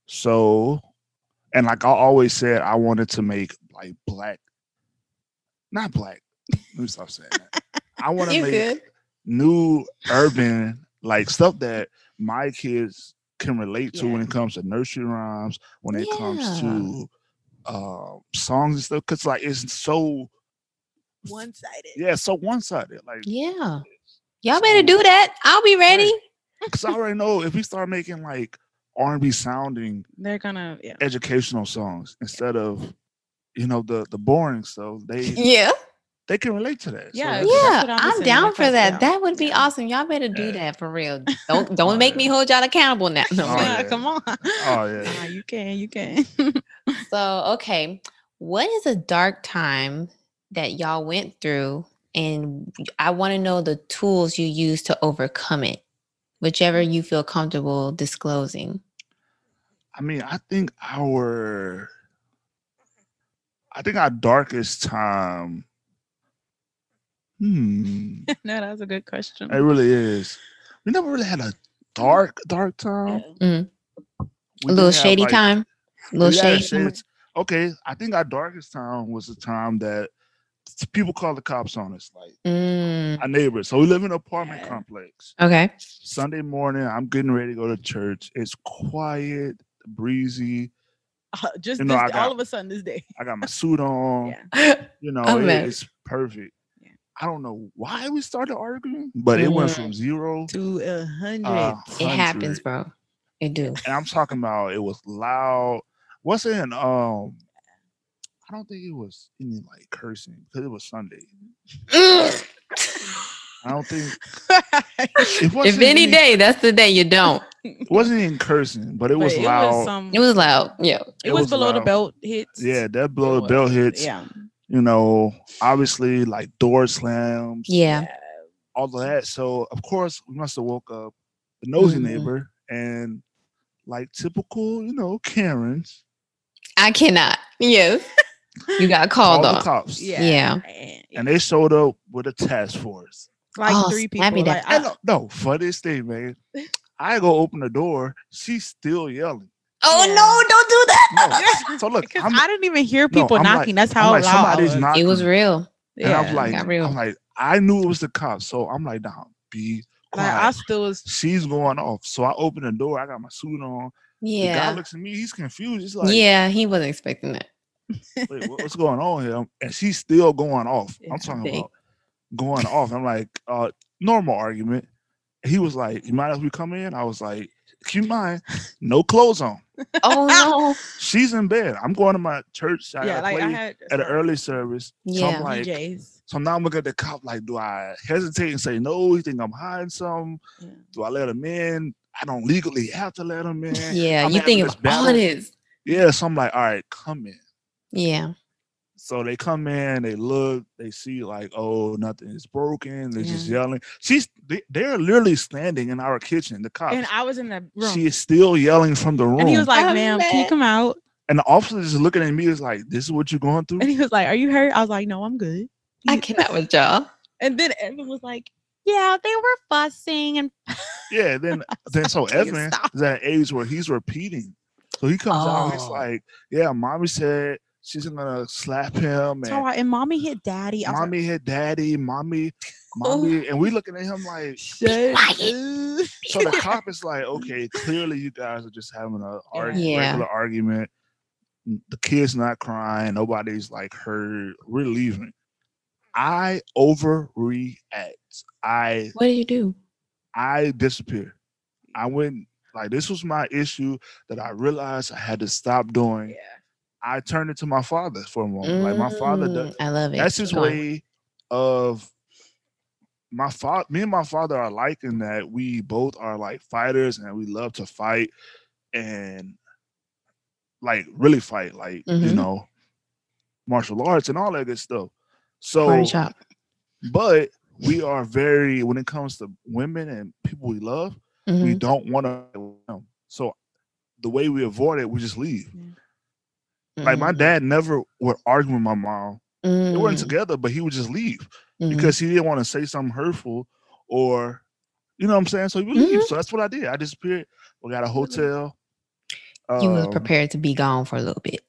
Speaker 2: so and like i always said i wanted to make like black not black let me stop saying that i want to
Speaker 1: You
Speaker 2: make
Speaker 1: good?
Speaker 2: new urban like stuff that my kids can relate to when
Speaker 3: Yeah.
Speaker 2: it comes to nursery rhymes when it comes
Speaker 1: Yeah.
Speaker 2: to uh, songs and stuff because like it's so
Speaker 3: one sided.
Speaker 2: yeah so one-sided like
Speaker 1: Yeah. Y'all better
Speaker 2: So-
Speaker 1: do that. I'll be ready.
Speaker 2: Because I already know if we start making like R and B sounding
Speaker 3: They're gonna yeah.
Speaker 2: educational songs instead of you know the the boring stuff, they
Speaker 1: Yeah.
Speaker 2: they can relate to that. So
Speaker 3: Yeah,
Speaker 2: that's-
Speaker 3: that's
Speaker 1: Yeah,
Speaker 3: what I'm
Speaker 1: I'm
Speaker 3: listening to,
Speaker 1: down
Speaker 3: like,
Speaker 1: for
Speaker 3: like,
Speaker 1: that.
Speaker 3: yeah.
Speaker 1: That would be
Speaker 3: Yeah.
Speaker 1: awesome. Y'all better do
Speaker 2: Yeah.
Speaker 1: that for real. Don't don't make
Speaker 2: yeah.
Speaker 1: me hold y'all accountable now. No,
Speaker 2: Oh,
Speaker 1: I'm
Speaker 3: yeah,
Speaker 2: yeah.
Speaker 3: come on.
Speaker 2: Oh yeah.
Speaker 3: Nah, you can, you can.
Speaker 1: just- So okay, what is a dark time that y'all went through, and I want to know the tools you use to overcome it, whichever
Speaker 2: Mm.
Speaker 1: you feel comfortable disclosing.
Speaker 2: I mean, I think our I think our darkest time. Hmm.
Speaker 3: no, that was a good question.
Speaker 2: It really is. We never really had a dark, dark time.
Speaker 3: Yeah.
Speaker 2: We
Speaker 1: A
Speaker 2: did
Speaker 1: little
Speaker 2: have,
Speaker 1: shady
Speaker 2: like-
Speaker 1: time. Little
Speaker 2: Yeah,
Speaker 1: shady.
Speaker 2: shady t- Okay, I think our darkest time was the time that s- people called the cops on us, like
Speaker 1: Mm,
Speaker 2: our neighbors. So we live in an apartment
Speaker 3: Yeah.
Speaker 2: complex.
Speaker 1: okay.
Speaker 2: Sunday morning, I'm getting ready to go to church. It's quiet, breezy.
Speaker 3: Uh, just
Speaker 2: You know,
Speaker 3: this,
Speaker 2: I got-
Speaker 3: all of a sudden this day.
Speaker 2: I got my suit on.
Speaker 3: Yeah.
Speaker 2: You know,
Speaker 1: Oh,
Speaker 2: it-
Speaker 1: man.
Speaker 2: it's perfect.
Speaker 3: Yeah.
Speaker 2: I don't know why we started arguing, but it went
Speaker 1: Mm.
Speaker 2: from zero
Speaker 3: To a hundred.
Speaker 2: uh,
Speaker 1: It happens,
Speaker 2: 100.
Speaker 1: bro. It do.
Speaker 2: And I'm talking about it was loud. What's in um I don't think it was any like cursing because it was Sunday.
Speaker 1: Mm.
Speaker 2: I don't think
Speaker 3: But
Speaker 2: it wasn't
Speaker 1: if any day, that's the day you don't.
Speaker 2: It wasn't even cursing, but it was loud.
Speaker 3: some,
Speaker 1: It was loud. Yeah.
Speaker 3: it
Speaker 2: it
Speaker 3: was
Speaker 2: was
Speaker 3: below the
Speaker 2: loud.
Speaker 3: belt hits.
Speaker 2: yeah, that blow
Speaker 3: it
Speaker 2: the bell
Speaker 3: was,
Speaker 2: hits.
Speaker 3: Yeah.
Speaker 2: You know, obviously like door slams,
Speaker 1: Yeah.
Speaker 2: all of that. So of course we must have woke up the nosy
Speaker 3: Mm-hmm.
Speaker 1: Mhm.
Speaker 2: neighbor and like typical, you know, Karens
Speaker 1: I cannot. Yes. You got
Speaker 2: called
Speaker 1: called
Speaker 2: the
Speaker 1: off.
Speaker 2: cops.
Speaker 3: Yeah.
Speaker 1: Yeah.
Speaker 3: And,
Speaker 2: And they showed up with a task force.
Speaker 3: like
Speaker 1: Oh,
Speaker 3: three
Speaker 1: snap
Speaker 3: people.
Speaker 1: it
Speaker 3: Like,
Speaker 1: up.
Speaker 2: I
Speaker 3: I,
Speaker 2: don't know. Funniest thing, man. I go open the door. She's still yelling.
Speaker 1: Oh
Speaker 3: Yeah.
Speaker 1: no, don't do that.
Speaker 2: No. So look,
Speaker 3: because
Speaker 2: I'm,
Speaker 3: I didn't even hear
Speaker 2: No,
Speaker 3: people
Speaker 2: I'm like-
Speaker 3: knocking. That's
Speaker 2: I'm
Speaker 3: how
Speaker 2: like,
Speaker 3: loud I
Speaker 2: somebody's
Speaker 3: was.
Speaker 2: knocking.
Speaker 1: It was real.
Speaker 2: and
Speaker 3: yeah.
Speaker 2: I'm like,
Speaker 1: got real.
Speaker 2: I'm like, I knew it was the cops. So I'm like, nah, be
Speaker 3: Like,
Speaker 2: quiet.
Speaker 3: I still was.
Speaker 2: She's going off. So I open the door. I got my suit on. The guy
Speaker 1: Yeah.
Speaker 2: looks at me. He's confused. He's like,
Speaker 1: yeah, he wasn't expecting that.
Speaker 2: wait, what- what's going on here? And she's still going off.
Speaker 3: Yeah,
Speaker 2: I'm talking
Speaker 1: big.
Speaker 2: about going off. I'm like, uh, normal argument. He was like, you mind if we come in? I was like, keep in mind, no clothes on.
Speaker 1: Oh no.
Speaker 2: She's in bed. I'm going to my church. I gotta
Speaker 3: yeah, like I
Speaker 2: play
Speaker 3: had
Speaker 2: at an early service. So
Speaker 1: Yeah.
Speaker 2: I'm like,
Speaker 3: DJs.
Speaker 2: so now I'm looking at the cop like, do I hesitate and say no? You think I'm hiding something?
Speaker 3: Yeah.
Speaker 2: Do I let him in? I don't legally have to let him in.
Speaker 1: Yeah,
Speaker 2: I'm
Speaker 1: you
Speaker 2: having
Speaker 1: think
Speaker 2: this
Speaker 1: of all
Speaker 2: battle.
Speaker 1: this.
Speaker 2: Yeah, so I'm like, all right, come in.
Speaker 1: Yeah.
Speaker 2: So they come in, they look, they see like, oh, nothing is broken. They're just
Speaker 3: Yeah.
Speaker 2: yelling. She's they, they're literally standing in our kitchen. The cops.
Speaker 3: And I was in the room.
Speaker 2: uh, she is still yelling from the room.
Speaker 3: and he was like,
Speaker 1: I'm
Speaker 3: ma'am, can you
Speaker 1: mad.
Speaker 3: come out?
Speaker 2: and the officer is looking at me. Is like, this is what you're going through.
Speaker 3: And he was like, are you hurt? I was like, no, I'm good.
Speaker 1: I
Speaker 3: Yeah.
Speaker 1: cannot with y'all.
Speaker 3: And then Evan was like, yeah, they were fussing and
Speaker 2: Yeah, then then so
Speaker 3: Please
Speaker 2: Evan
Speaker 3: stop.
Speaker 2: is at an age where he's repeating. So he comes out, he's
Speaker 1: Oh.
Speaker 2: like, Yeah, mommy said she's gonna slap him
Speaker 3: so
Speaker 2: and
Speaker 3: I, and mommy hit daddy. I was
Speaker 2: mommy hit daddy, mommy, mommy,
Speaker 3: Oh.
Speaker 2: and we looking at him like
Speaker 3: like, shut
Speaker 1: quiet.
Speaker 3: up.
Speaker 2: so the cop is like, Okay, clearly you guys are just having a arg-
Speaker 1: Yeah.
Speaker 2: regular argument. N- The kid's not crying, nobody's like hurt, we're leaving. I overreact. I
Speaker 1: What do you do?
Speaker 2: I disappeared. I went like this was my issue that I realized I had to stop doing. I turned it to my father for a moment. Oh, Like my father does.
Speaker 1: Mm, I love it.
Speaker 2: That's his
Speaker 1: Go on.
Speaker 2: way of my father. Me and my father are like in that we both are like fighters and we love to fight and like really fight, like you
Speaker 1: Mhm.
Speaker 2: know, martial arts and all that good stuff. So
Speaker 1: Pork chop.
Speaker 2: but we are very when it comes to women and people we love, we
Speaker 1: Mhm.
Speaker 2: don't want to. So the way we avoid it, we just leave. Like my
Speaker 1: Mm,
Speaker 2: dad never would argue with my mom. They weren't
Speaker 1: mm,
Speaker 2: together, but he would just leave
Speaker 1: mhm.
Speaker 2: because he didn't want to say something hurtful or you know what I'm saying? So he would
Speaker 1: Mm-hmm.
Speaker 2: leave. So that's what I did. I disappeared. We got a hotel.
Speaker 1: you was
Speaker 2: Um,
Speaker 1: prepared to be gone for a little bit.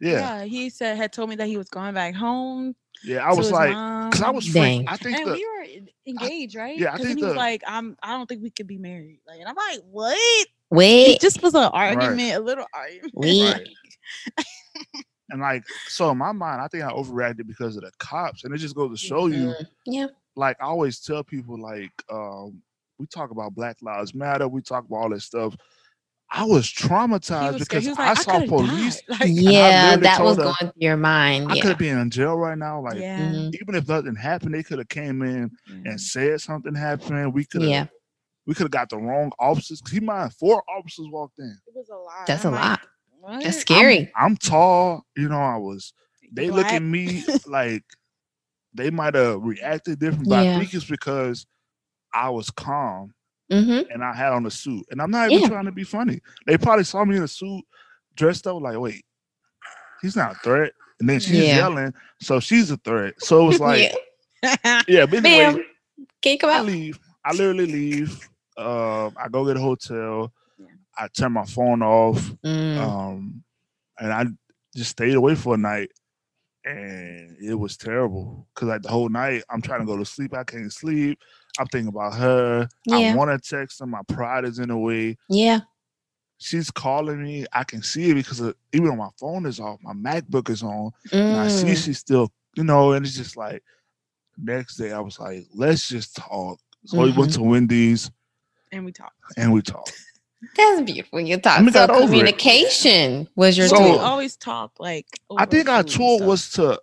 Speaker 2: Yeah.
Speaker 3: He said had told me that he was going back home.
Speaker 2: Yeah. I
Speaker 3: to
Speaker 2: was
Speaker 3: his
Speaker 2: like,
Speaker 3: mom.
Speaker 2: because I was
Speaker 1: Dang.
Speaker 2: freaking. I think
Speaker 3: And
Speaker 2: the,
Speaker 3: we were en- engaged, right?
Speaker 2: yeah, I
Speaker 3: 'Cause
Speaker 2: think
Speaker 3: then he was
Speaker 2: the-
Speaker 3: like, "I'm. I don't think we could be married." Like, and I'm like, "What?"
Speaker 1: Wait.
Speaker 3: It just was an argument, a little argument.
Speaker 1: We-
Speaker 2: Right. and like, so in my mind, I think I overreacted because of the cops. And it just goes to show you
Speaker 1: Mm, yeah.
Speaker 2: like I always tell people, like um, we talk about Black Lives Matter, we talk about all this stuff. I was
Speaker 3: He
Speaker 2: traumatized
Speaker 3: was scared.
Speaker 2: because
Speaker 3: He was
Speaker 2: I
Speaker 3: like,
Speaker 2: saw
Speaker 3: could've
Speaker 2: police.
Speaker 3: died." Like,
Speaker 1: yeah,
Speaker 2: literally
Speaker 1: that was
Speaker 2: told her,
Speaker 1: going through your mind.
Speaker 2: I
Speaker 1: yeah.
Speaker 2: could have been in jail right now. Like
Speaker 3: yeah. Mm-hmm.
Speaker 1: Mhm.
Speaker 2: even if nothing happened, they could have came in
Speaker 3: yeah.
Speaker 2: and said something happened. We could have
Speaker 1: Yeah.
Speaker 2: we could have got the wrong officers. Keep in mind, four officers walked in.
Speaker 3: It was a lot.
Speaker 1: That's
Speaker 3: I'm
Speaker 1: a
Speaker 3: like,
Speaker 1: That's
Speaker 3: "What?"
Speaker 1: scary.
Speaker 2: I'm tall, you know, I was they look
Speaker 3: Black.
Speaker 2: at me like they might have reacted different, but I
Speaker 1: Yeah.
Speaker 2: think it's because I was calm
Speaker 1: hmm
Speaker 2: and I had on a suit. And I'm not even
Speaker 1: Yeah.
Speaker 2: trying to be funny. They probably saw me in a suit dressed up like, wait, he's not a threat. And then she's
Speaker 1: Yeah.
Speaker 2: yelling, so she's a threat. So it was like, yeah.
Speaker 1: yeah.
Speaker 2: but
Speaker 1: Ma'am,
Speaker 2: anyway,
Speaker 1: can you come
Speaker 2: I
Speaker 1: out?
Speaker 2: leave. I literally leave. Um, I go get a hotel.
Speaker 3: Yeah.
Speaker 2: I turn my phone off.
Speaker 1: Mm,
Speaker 2: Um, and I just stayed away for a night. And it was terrible because like the whole night I'm trying to go to sleep. I can't sleep. I'm thinking about her. I
Speaker 1: Yeah.
Speaker 2: want to text her. My pride is in the way.
Speaker 1: yeah.
Speaker 2: she's calling me. I can see it because uh, even though my phone is off, my MacBook is on, and I see
Speaker 1: Mm,
Speaker 2: she's still, you know, and it's just like next day I was like, let's just talk. So we went to
Speaker 3: Mm-hmm.
Speaker 2: Wendy's
Speaker 3: and we talked.
Speaker 2: and we talked.
Speaker 1: that's beautiful. You talk.
Speaker 2: mean,
Speaker 1: So
Speaker 2: got over it.
Speaker 1: communication was your
Speaker 2: So-
Speaker 3: we
Speaker 1: tool.
Speaker 3: always talk like.
Speaker 2: I think our tool
Speaker 3: tool
Speaker 2: was to,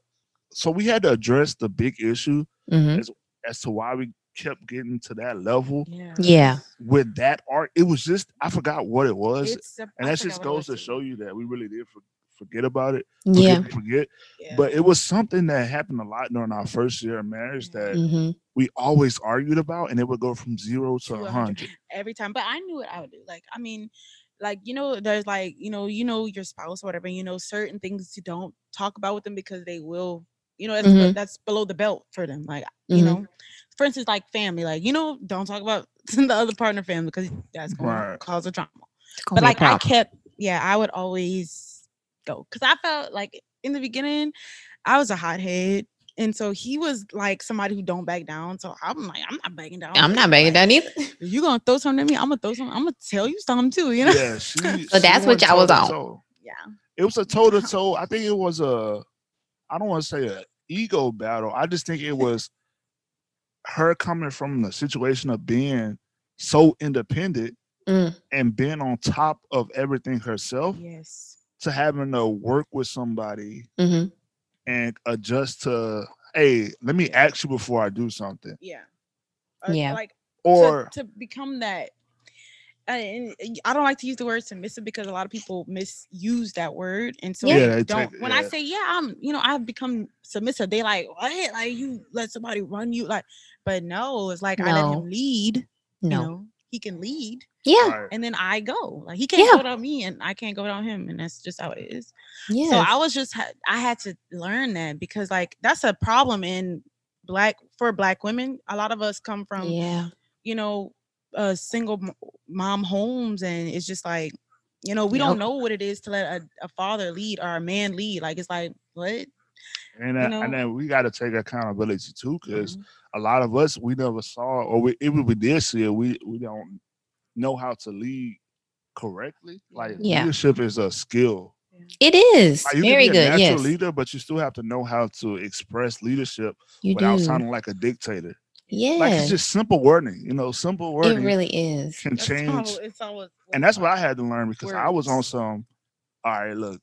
Speaker 2: so we had to address the big issue
Speaker 1: Mhm.
Speaker 2: as to why we kept getting to that level
Speaker 3: Yeah.
Speaker 1: Yeah.
Speaker 2: with that art. It was just I forgot what it was,
Speaker 3: It's a-
Speaker 2: and
Speaker 3: I
Speaker 2: that
Speaker 3: forgot
Speaker 2: just
Speaker 3: what it
Speaker 2: goes
Speaker 3: was
Speaker 2: to
Speaker 3: too.
Speaker 2: show you that we really did for, forget about it. Forget,
Speaker 1: Yeah.
Speaker 2: Forget.
Speaker 3: Yeah.
Speaker 2: But it was something that happened a lot during our first year of marriage that
Speaker 3: Mm-hmm.
Speaker 1: hmm
Speaker 2: we always argued about, and it would go from zero to
Speaker 3: To
Speaker 2: a
Speaker 3: 100.
Speaker 2: hundred.
Speaker 3: every time. But I knew what I would do. Like, I mean, like you know, there's like you know, you know your spouse or whatever. You know certain things you don't talk about with them because they will. You know, that's,
Speaker 1: Mhm.
Speaker 3: that's below the belt for them. Like you
Speaker 1: Mhm.
Speaker 3: know, for instance, like family. Like you know, don't talk about the other partner family because that's going to
Speaker 2: Right.
Speaker 3: cause a drama.
Speaker 1: Mm-hmm.
Speaker 3: But like I kept, yeah, I would always go because I felt like in the beginning I was a hothead. And so he was like somebody who don't back down. So I'm like, I'm not backing down.
Speaker 1: I'm
Speaker 3: either,
Speaker 1: not banging
Speaker 3: like,
Speaker 1: down either.
Speaker 3: if you gonna throw something at me, I'm gonna throw something. I'm gonna tell you something too. You know?
Speaker 2: Yeah, she,
Speaker 1: So
Speaker 2: she
Speaker 1: that's what
Speaker 2: went
Speaker 1: y'all was on.
Speaker 2: toe-to-toe.
Speaker 3: Yeah.
Speaker 2: It was a toe to toe. I think it was a, I don't want to say a ego battle. I just think it was her coming from the situation of being so independent
Speaker 1: Mm.
Speaker 2: and being on top of everything herself
Speaker 3: Yes.
Speaker 2: to having to work with somebody
Speaker 1: hmm
Speaker 2: and adjust to, hey, let me ask you before I do something.
Speaker 3: Yeah. Uh,
Speaker 1: Yeah.
Speaker 3: Like
Speaker 2: Or
Speaker 3: to, to become that. uh, And and I don't like to use the word submissive because a lot of people misuse that word, and so
Speaker 1: Yeah.
Speaker 2: Yeah,
Speaker 3: they
Speaker 2: they
Speaker 3: don't.
Speaker 2: take-
Speaker 3: when I
Speaker 2: yeah.
Speaker 3: say yeah, I'm, you know, I've become submissive. They like what? Like you let somebody run you? Like, but no, it's like I let
Speaker 1: No.
Speaker 3: him lead.
Speaker 1: No.
Speaker 3: You know, he can lead,
Speaker 1: Yeah.
Speaker 2: Right.
Speaker 3: and then I go. Like he can't
Speaker 1: Yeah.
Speaker 3: go without me, and I can't go without him, and that's just how it is.
Speaker 1: Yeah.
Speaker 3: So I was just ha- I had to learn that because like that's a problem in black for black women. A lot of us come from
Speaker 1: yeah.
Speaker 3: you know uh, single m- mom homes, and it's just like you know we don't
Speaker 1: Yep.
Speaker 3: know what it is to let a, a father lead or a man lead. Like it's like what
Speaker 2: and,
Speaker 3: you
Speaker 2: uh,
Speaker 3: know-
Speaker 2: and then we got to take accountability too, because
Speaker 1: Mm-hmm.
Speaker 2: a
Speaker 3: Mhm.
Speaker 2: lot of us we never saw or we, even we did see it we we don't know how to lead correctly like
Speaker 1: Yeah.
Speaker 2: leadership is a skill
Speaker 1: It is
Speaker 2: like you
Speaker 1: very
Speaker 2: can be a
Speaker 1: good.
Speaker 2: natural
Speaker 1: Yes,
Speaker 2: leader but you still have to know how to express leadership
Speaker 1: you
Speaker 2: without
Speaker 1: do.
Speaker 2: sounding like a dictator
Speaker 1: yeah,
Speaker 2: like it's just simple wording you know simple
Speaker 1: it
Speaker 2: wording
Speaker 1: really is.
Speaker 2: can
Speaker 3: That's
Speaker 2: change
Speaker 3: all- it's always
Speaker 2: and that's what i had to learn because i was on
Speaker 3: words.
Speaker 2: some all right look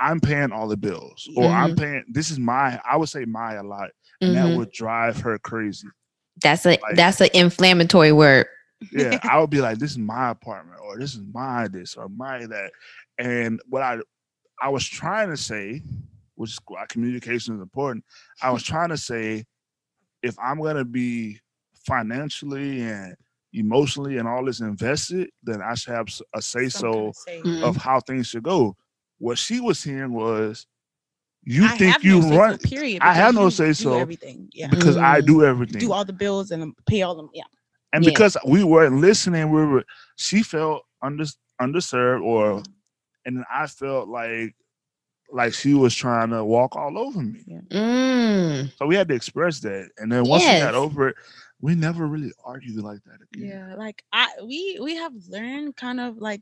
Speaker 2: i'm paying all the bills or i'm paying this is my i would say my a lot and
Speaker 1: Mhm.
Speaker 2: that would drive her crazy
Speaker 1: That's a
Speaker 2: like-
Speaker 1: that's an inflammatory word.
Speaker 2: yeah, I would be like, this is my apartment, or this is my this, or my that. And what I I was trying to say, which is why communication is important. I was trying to say, if I'm gonna be financially and emotionally and all this invested, then I should have s- a say
Speaker 3: Some
Speaker 2: so
Speaker 3: kinda say.
Speaker 1: Mm.
Speaker 2: of how things should go. What she was hearing was, you
Speaker 3: I
Speaker 2: think
Speaker 3: have
Speaker 2: you
Speaker 3: no say-so,
Speaker 2: run
Speaker 3: period.
Speaker 2: I have
Speaker 3: because
Speaker 2: no
Speaker 3: you do
Speaker 2: say-so.
Speaker 3: Everything. Yeah.
Speaker 2: because I
Speaker 1: Mm.
Speaker 2: do everything.
Speaker 3: Do all the bills and um, pay all them. Yeah.
Speaker 2: and
Speaker 1: Yeah.
Speaker 2: because we weren't listening, we were she felt under underserved or and then I felt like like she was trying to walk all over me.
Speaker 1: Mm.
Speaker 2: So we had to express that. And then once we
Speaker 1: Yes.
Speaker 2: got over it, we never really argued like that again.
Speaker 3: yeah like i we we have learned kind of like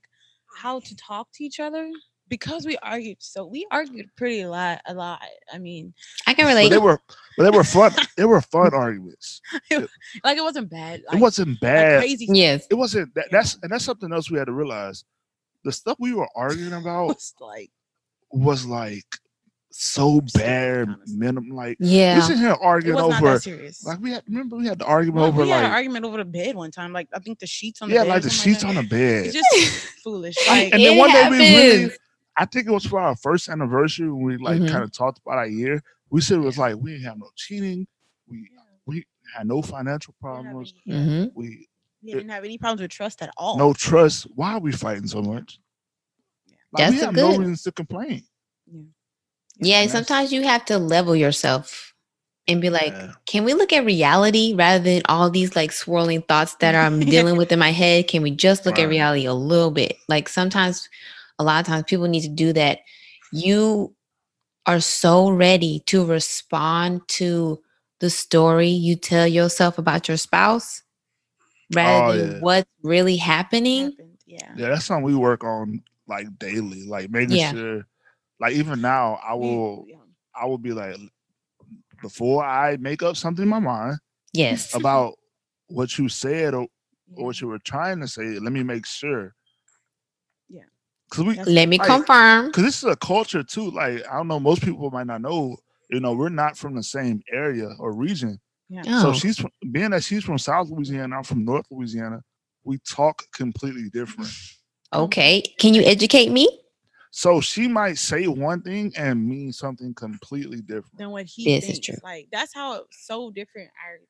Speaker 3: how to talk to each other because we argued so we argued pretty a lot a lot i mean
Speaker 1: I can
Speaker 2: But
Speaker 1: relate.
Speaker 2: they were but they were fun they were fun arguments.
Speaker 3: like it wasn't bad like,
Speaker 2: it wasn't
Speaker 3: like
Speaker 2: bad.
Speaker 3: crazy
Speaker 1: yes.
Speaker 2: it wasn't that,
Speaker 3: Yeah.
Speaker 2: that's and that's something else we had to realize. The stuff we were arguing
Speaker 3: it
Speaker 2: about
Speaker 3: was like
Speaker 2: was like so
Speaker 3: Stupid
Speaker 2: bare
Speaker 3: kind of stuff.
Speaker 2: minimum like we
Speaker 1: Yeah.
Speaker 2: sit here
Speaker 3: it
Speaker 2: arguing
Speaker 3: was not
Speaker 2: over
Speaker 3: that serious
Speaker 2: Like we had, remember we had the argument
Speaker 3: Well,
Speaker 2: over
Speaker 3: we
Speaker 2: like
Speaker 3: had an argument over the bed one time like i think the sheets on the
Speaker 2: yeah,
Speaker 3: bed or
Speaker 2: like the
Speaker 3: something
Speaker 2: sheets on the
Speaker 3: that.
Speaker 2: bed.
Speaker 3: it's just foolish like
Speaker 2: and then
Speaker 1: It
Speaker 2: one day we really-
Speaker 1: happens.
Speaker 2: I think it was for our first anniversary when we like
Speaker 1: Mhm.
Speaker 2: kind of talked about our year. We said it was like we didn't have no cheating, we we had no financial
Speaker 3: we didn't have
Speaker 2: problems,
Speaker 3: any- yeah,
Speaker 1: Mhm.
Speaker 2: we
Speaker 3: we didn't have any problems with trust at all
Speaker 2: no trust. Why are we fighting so much? Like we
Speaker 1: That's a
Speaker 2: have no
Speaker 1: good-
Speaker 2: reasons to complain.
Speaker 1: Yeah.
Speaker 2: And that's-
Speaker 1: Sometimes you have to level yourself and be like,
Speaker 2: Yeah.
Speaker 1: can we look at reality rather than all these like swirling thoughts that I'm dealing with in my head? Can we just look at
Speaker 2: Right.
Speaker 1: reality a little bit? Like sometimes, a lot of times, people need to do that. You are so ready to respond to the story you tell yourself about your spouse rather
Speaker 2: Oh,
Speaker 1: than
Speaker 2: yeah.
Speaker 1: what's really happening.
Speaker 3: happened. yeah
Speaker 2: yeah, that's something we work on like daily, like making
Speaker 1: Yeah.
Speaker 2: sure. Like even now, I
Speaker 3: We-
Speaker 2: will
Speaker 3: yeah.
Speaker 2: I will be like before I make up something in my mind.
Speaker 1: Yes.
Speaker 2: about what you said or,
Speaker 3: Yeah.
Speaker 2: or what you were trying to say. Let me make sure.
Speaker 3: Yeah.
Speaker 2: Cause we,
Speaker 3: That's-
Speaker 1: Let me
Speaker 2: Like-
Speaker 1: confirm.
Speaker 2: cause this is a culture too. Like I don't know, most people might not know. You know, we're not from the same area or region. So
Speaker 1: Oh,
Speaker 2: she's from, being that she's from South Louisiana, and I'm from North Louisiana. We talk completely different.
Speaker 1: okay. Can you educate me?
Speaker 2: So she might say one thing and mean something completely different.
Speaker 3: than what he
Speaker 1: This is
Speaker 3: thinks.
Speaker 1: true.
Speaker 3: Like that's how so different our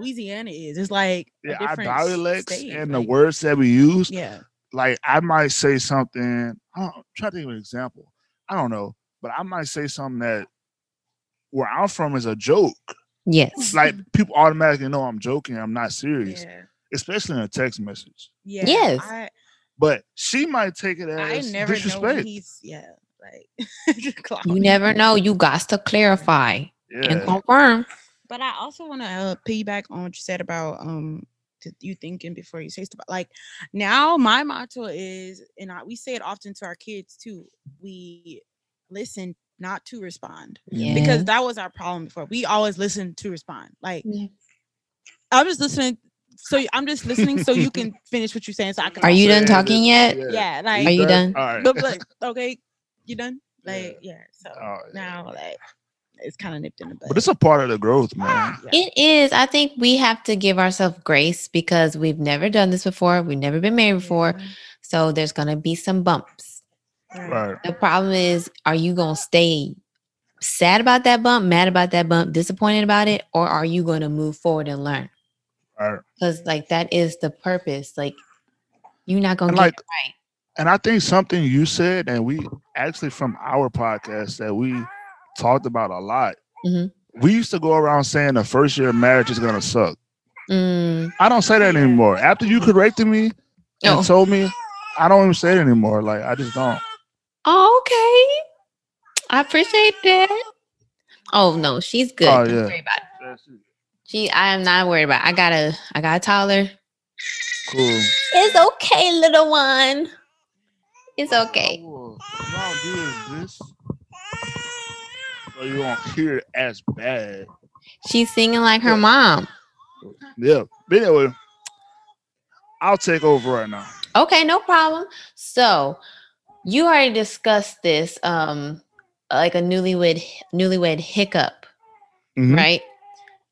Speaker 3: Louisiana is. It's like a
Speaker 2: Yeah, our
Speaker 3: different s-
Speaker 2: dialects
Speaker 3: state,
Speaker 2: and the
Speaker 3: like-
Speaker 2: words that we use.
Speaker 3: Yeah,
Speaker 2: Like I might say something. I don't try to think of an example. I don't know, but I might say something that where I'm from is a joke.
Speaker 1: Yes.
Speaker 2: Like people automatically know I'm joking. I'm not serious,
Speaker 3: yeah,
Speaker 2: especially in a text message.
Speaker 3: yeah.
Speaker 1: Yes.
Speaker 3: I,
Speaker 2: But she might take it
Speaker 3: I
Speaker 2: as
Speaker 3: never know
Speaker 2: disrespect.
Speaker 3: when he's yeah. Like clown.
Speaker 1: You never know. You got to clarify and
Speaker 2: yeah,
Speaker 1: confirm.
Speaker 3: But I also want to uh, piggyback on what you said about um th- you thinking before you say stuff. Like now, my motto is, and I, we say it often to our kids too. We listen, not to respond,
Speaker 1: Yeah.
Speaker 3: because that was our problem before. We always listen to respond. Like
Speaker 1: Yeah.
Speaker 3: I'm just listening. So y- I'm just listening so you can finish what you're saying. So I can.
Speaker 1: Are you
Speaker 3: also-
Speaker 1: done
Speaker 2: Saying that-
Speaker 1: talking yet?
Speaker 3: Yeah,
Speaker 2: you
Speaker 3: like.
Speaker 1: Are you done?
Speaker 2: All right.
Speaker 3: but like, okay, you done?
Speaker 2: Yeah.
Speaker 3: Like, yeah. So
Speaker 2: Oh, yeah.
Speaker 3: now, like, it's kind of nipped in the butt.
Speaker 2: But it's a part of the growth, man.
Speaker 3: Yeah.
Speaker 1: It is. I think we have to give ourselves grace because we've never done this before. We've never been married before. So there's going to be some bumps.
Speaker 3: Yeah,
Speaker 2: Right.
Speaker 1: The problem is, are you going to stay sad about that bump, mad about that bump, disappointed about it, or are you going to move forward and learn?
Speaker 2: All right.
Speaker 1: Because, like, that is the purpose. Like, you're not going
Speaker 2: And
Speaker 1: to get
Speaker 2: like, and I think something you said, and we actually from our podcast that we talked about a lot.
Speaker 1: Mhm.
Speaker 2: We used to go around saying the first year of marriage is gonna suck.
Speaker 1: Mm,
Speaker 2: I don't say that
Speaker 3: Yeah.
Speaker 2: anymore. After you corrected me and
Speaker 1: Oh.
Speaker 2: told me, I don't even say it anymore. Like I just don't.
Speaker 1: oh, okay. I appreciate that. Oh, no, she's good.
Speaker 2: Oh,
Speaker 1: Don't
Speaker 2: yeah.
Speaker 1: worry about it. She, I am not worried about it. I got to I got to taller.
Speaker 2: Cool.
Speaker 1: It's okay, little one. It's okay.
Speaker 2: What I'll do is this, so you won't hear it as bad.
Speaker 1: She's singing like
Speaker 2: Yeah.
Speaker 1: her mom.
Speaker 2: Yeah. But anyway, I'll take over right now.
Speaker 1: Okay, no problem. So you already discussed this, um, like a newlywed newlywed hiccup,
Speaker 2: Mhm.
Speaker 1: right?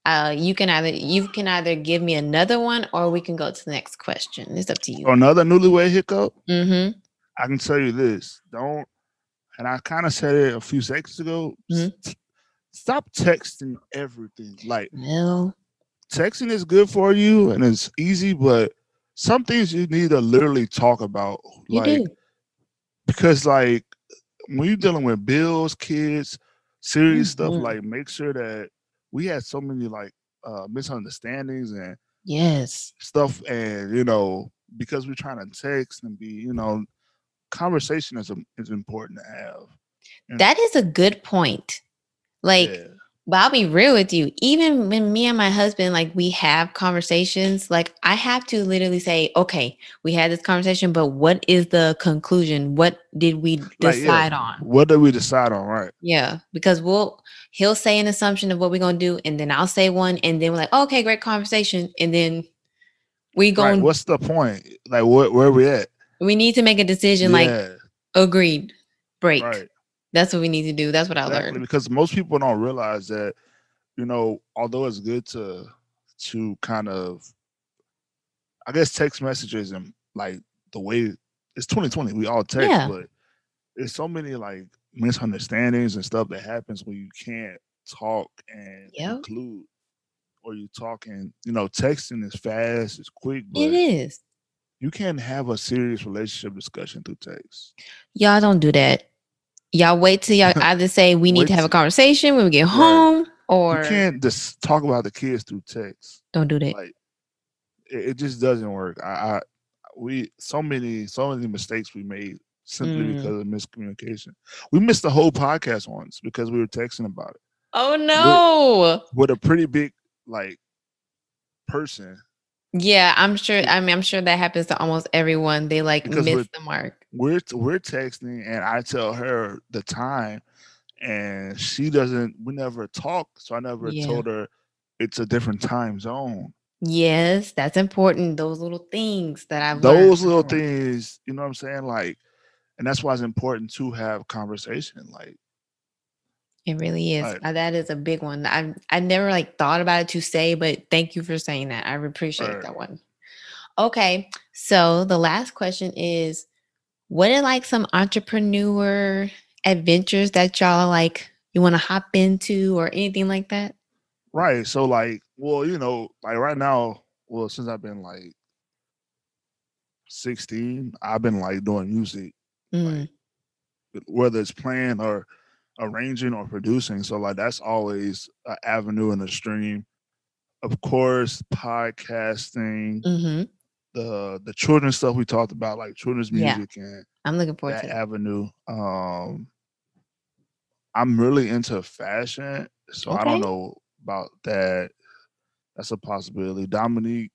Speaker 1: Uh, you can either you can either give me another one, or we can go to the next question. It's up to you.
Speaker 2: Another newlywed hiccup.
Speaker 1: Mm-hmm.
Speaker 2: I can tell you this. Don't, and I kind of said it a few seconds ago.
Speaker 1: Mm-hmm.
Speaker 2: s- Stop texting everything. Like
Speaker 1: No.
Speaker 2: texting is good for you and it's easy, but some things you need to literally talk about.
Speaker 1: You
Speaker 2: Like
Speaker 1: do.
Speaker 2: because like when you're dealing with bills, kids, serious
Speaker 1: Mhm.
Speaker 2: stuff, like make sure that we had so many like uh misunderstandings and
Speaker 1: Yes.
Speaker 2: stuff and you know because we're trying to text and be you know conversation is im- is important to have Yeah.
Speaker 1: That is a good point. Like
Speaker 2: Hmm. Yeah.
Speaker 1: But I'll be real with you. Even when me and my husband, like we have conversations, like I have to literally say, okay, we had this conversation, but what is the conclusion? What did we
Speaker 2: yeah.
Speaker 1: decide on?
Speaker 2: what do we decide on right
Speaker 1: Yeah. Because we'll he'll say an assumption of what we're gonna do, and then I'll say one, and then we're like, okay, great conversation. And then we
Speaker 2: Like,
Speaker 1: going
Speaker 2: what's the point like what where we at
Speaker 1: we need to make a decision like
Speaker 2: Yeah,
Speaker 1: agreed, break.
Speaker 2: right
Speaker 1: That's what we need to do. That's what I
Speaker 2: exactly.
Speaker 1: learned.
Speaker 2: because most people don't realize that you know although it's good to to kind of i guess text messages and like the way it's 2020 we all text
Speaker 1: Yeah.
Speaker 2: but there's so many like misunderstandings and stuff that happens when you can't talk and
Speaker 1: Yep.
Speaker 2: conclude or you talking you know texting is fast it's quick
Speaker 1: It
Speaker 2: but
Speaker 1: is.
Speaker 2: you can't have a serious relationship discussion through text
Speaker 1: y'all don't do that. Y'all wait till y'all either say we need
Speaker 2: Wait
Speaker 1: to have a
Speaker 2: till-
Speaker 1: conversation when we get
Speaker 2: Right.
Speaker 1: home,
Speaker 2: you
Speaker 1: or
Speaker 2: can't just talk about the kids through text
Speaker 1: don't do that.
Speaker 2: like it, it just doesn't work I, I we so many so many mistakes we made simply
Speaker 1: Mm.
Speaker 2: because of miscommunication we missed the whole podcast once because we were texting about it
Speaker 1: Oh no!
Speaker 2: with a pretty big like person
Speaker 1: Yeah, I'm sure. I mean, I'm sure that happens to almost everyone. They like
Speaker 2: Because
Speaker 1: miss
Speaker 2: we're-
Speaker 1: the mark.
Speaker 2: we're t- we're texting and I tell her the time and she doesn't we never talk so I never
Speaker 1: Yeah.
Speaker 2: told her it's a different time zone.
Speaker 1: Yes, that's important. Those little things that I've learned
Speaker 2: Those little
Speaker 1: from.
Speaker 2: things, you know what I'm saying? Like and that's why it's important to have conversation. Like
Speaker 1: It really is.
Speaker 2: Right.
Speaker 1: Uh, That is a big one. I I never like thought about it to say, but thank you for saying that. I appreciate
Speaker 2: Right.
Speaker 1: that one. Okay, so the last question is, what are like some entrepreneur adventures that y'all like you want to hop into or anything like that?
Speaker 2: Right. So like, well, you know, like right now, well, since I've been like 16, I've been like doing music,
Speaker 1: Mm,
Speaker 2: whether it's playing or arranging or producing. So like that's always an avenue and a stream. Of course, podcasting,
Speaker 1: mhm.
Speaker 2: the the children's stuff we talked about, like children's
Speaker 1: Yeah.
Speaker 2: music and
Speaker 1: I'm looking forward
Speaker 2: that
Speaker 1: to that.
Speaker 2: avenue. Um I'm really into fashion, so I
Speaker 1: Okay.
Speaker 2: don't know about that. That's a possibility. Dominique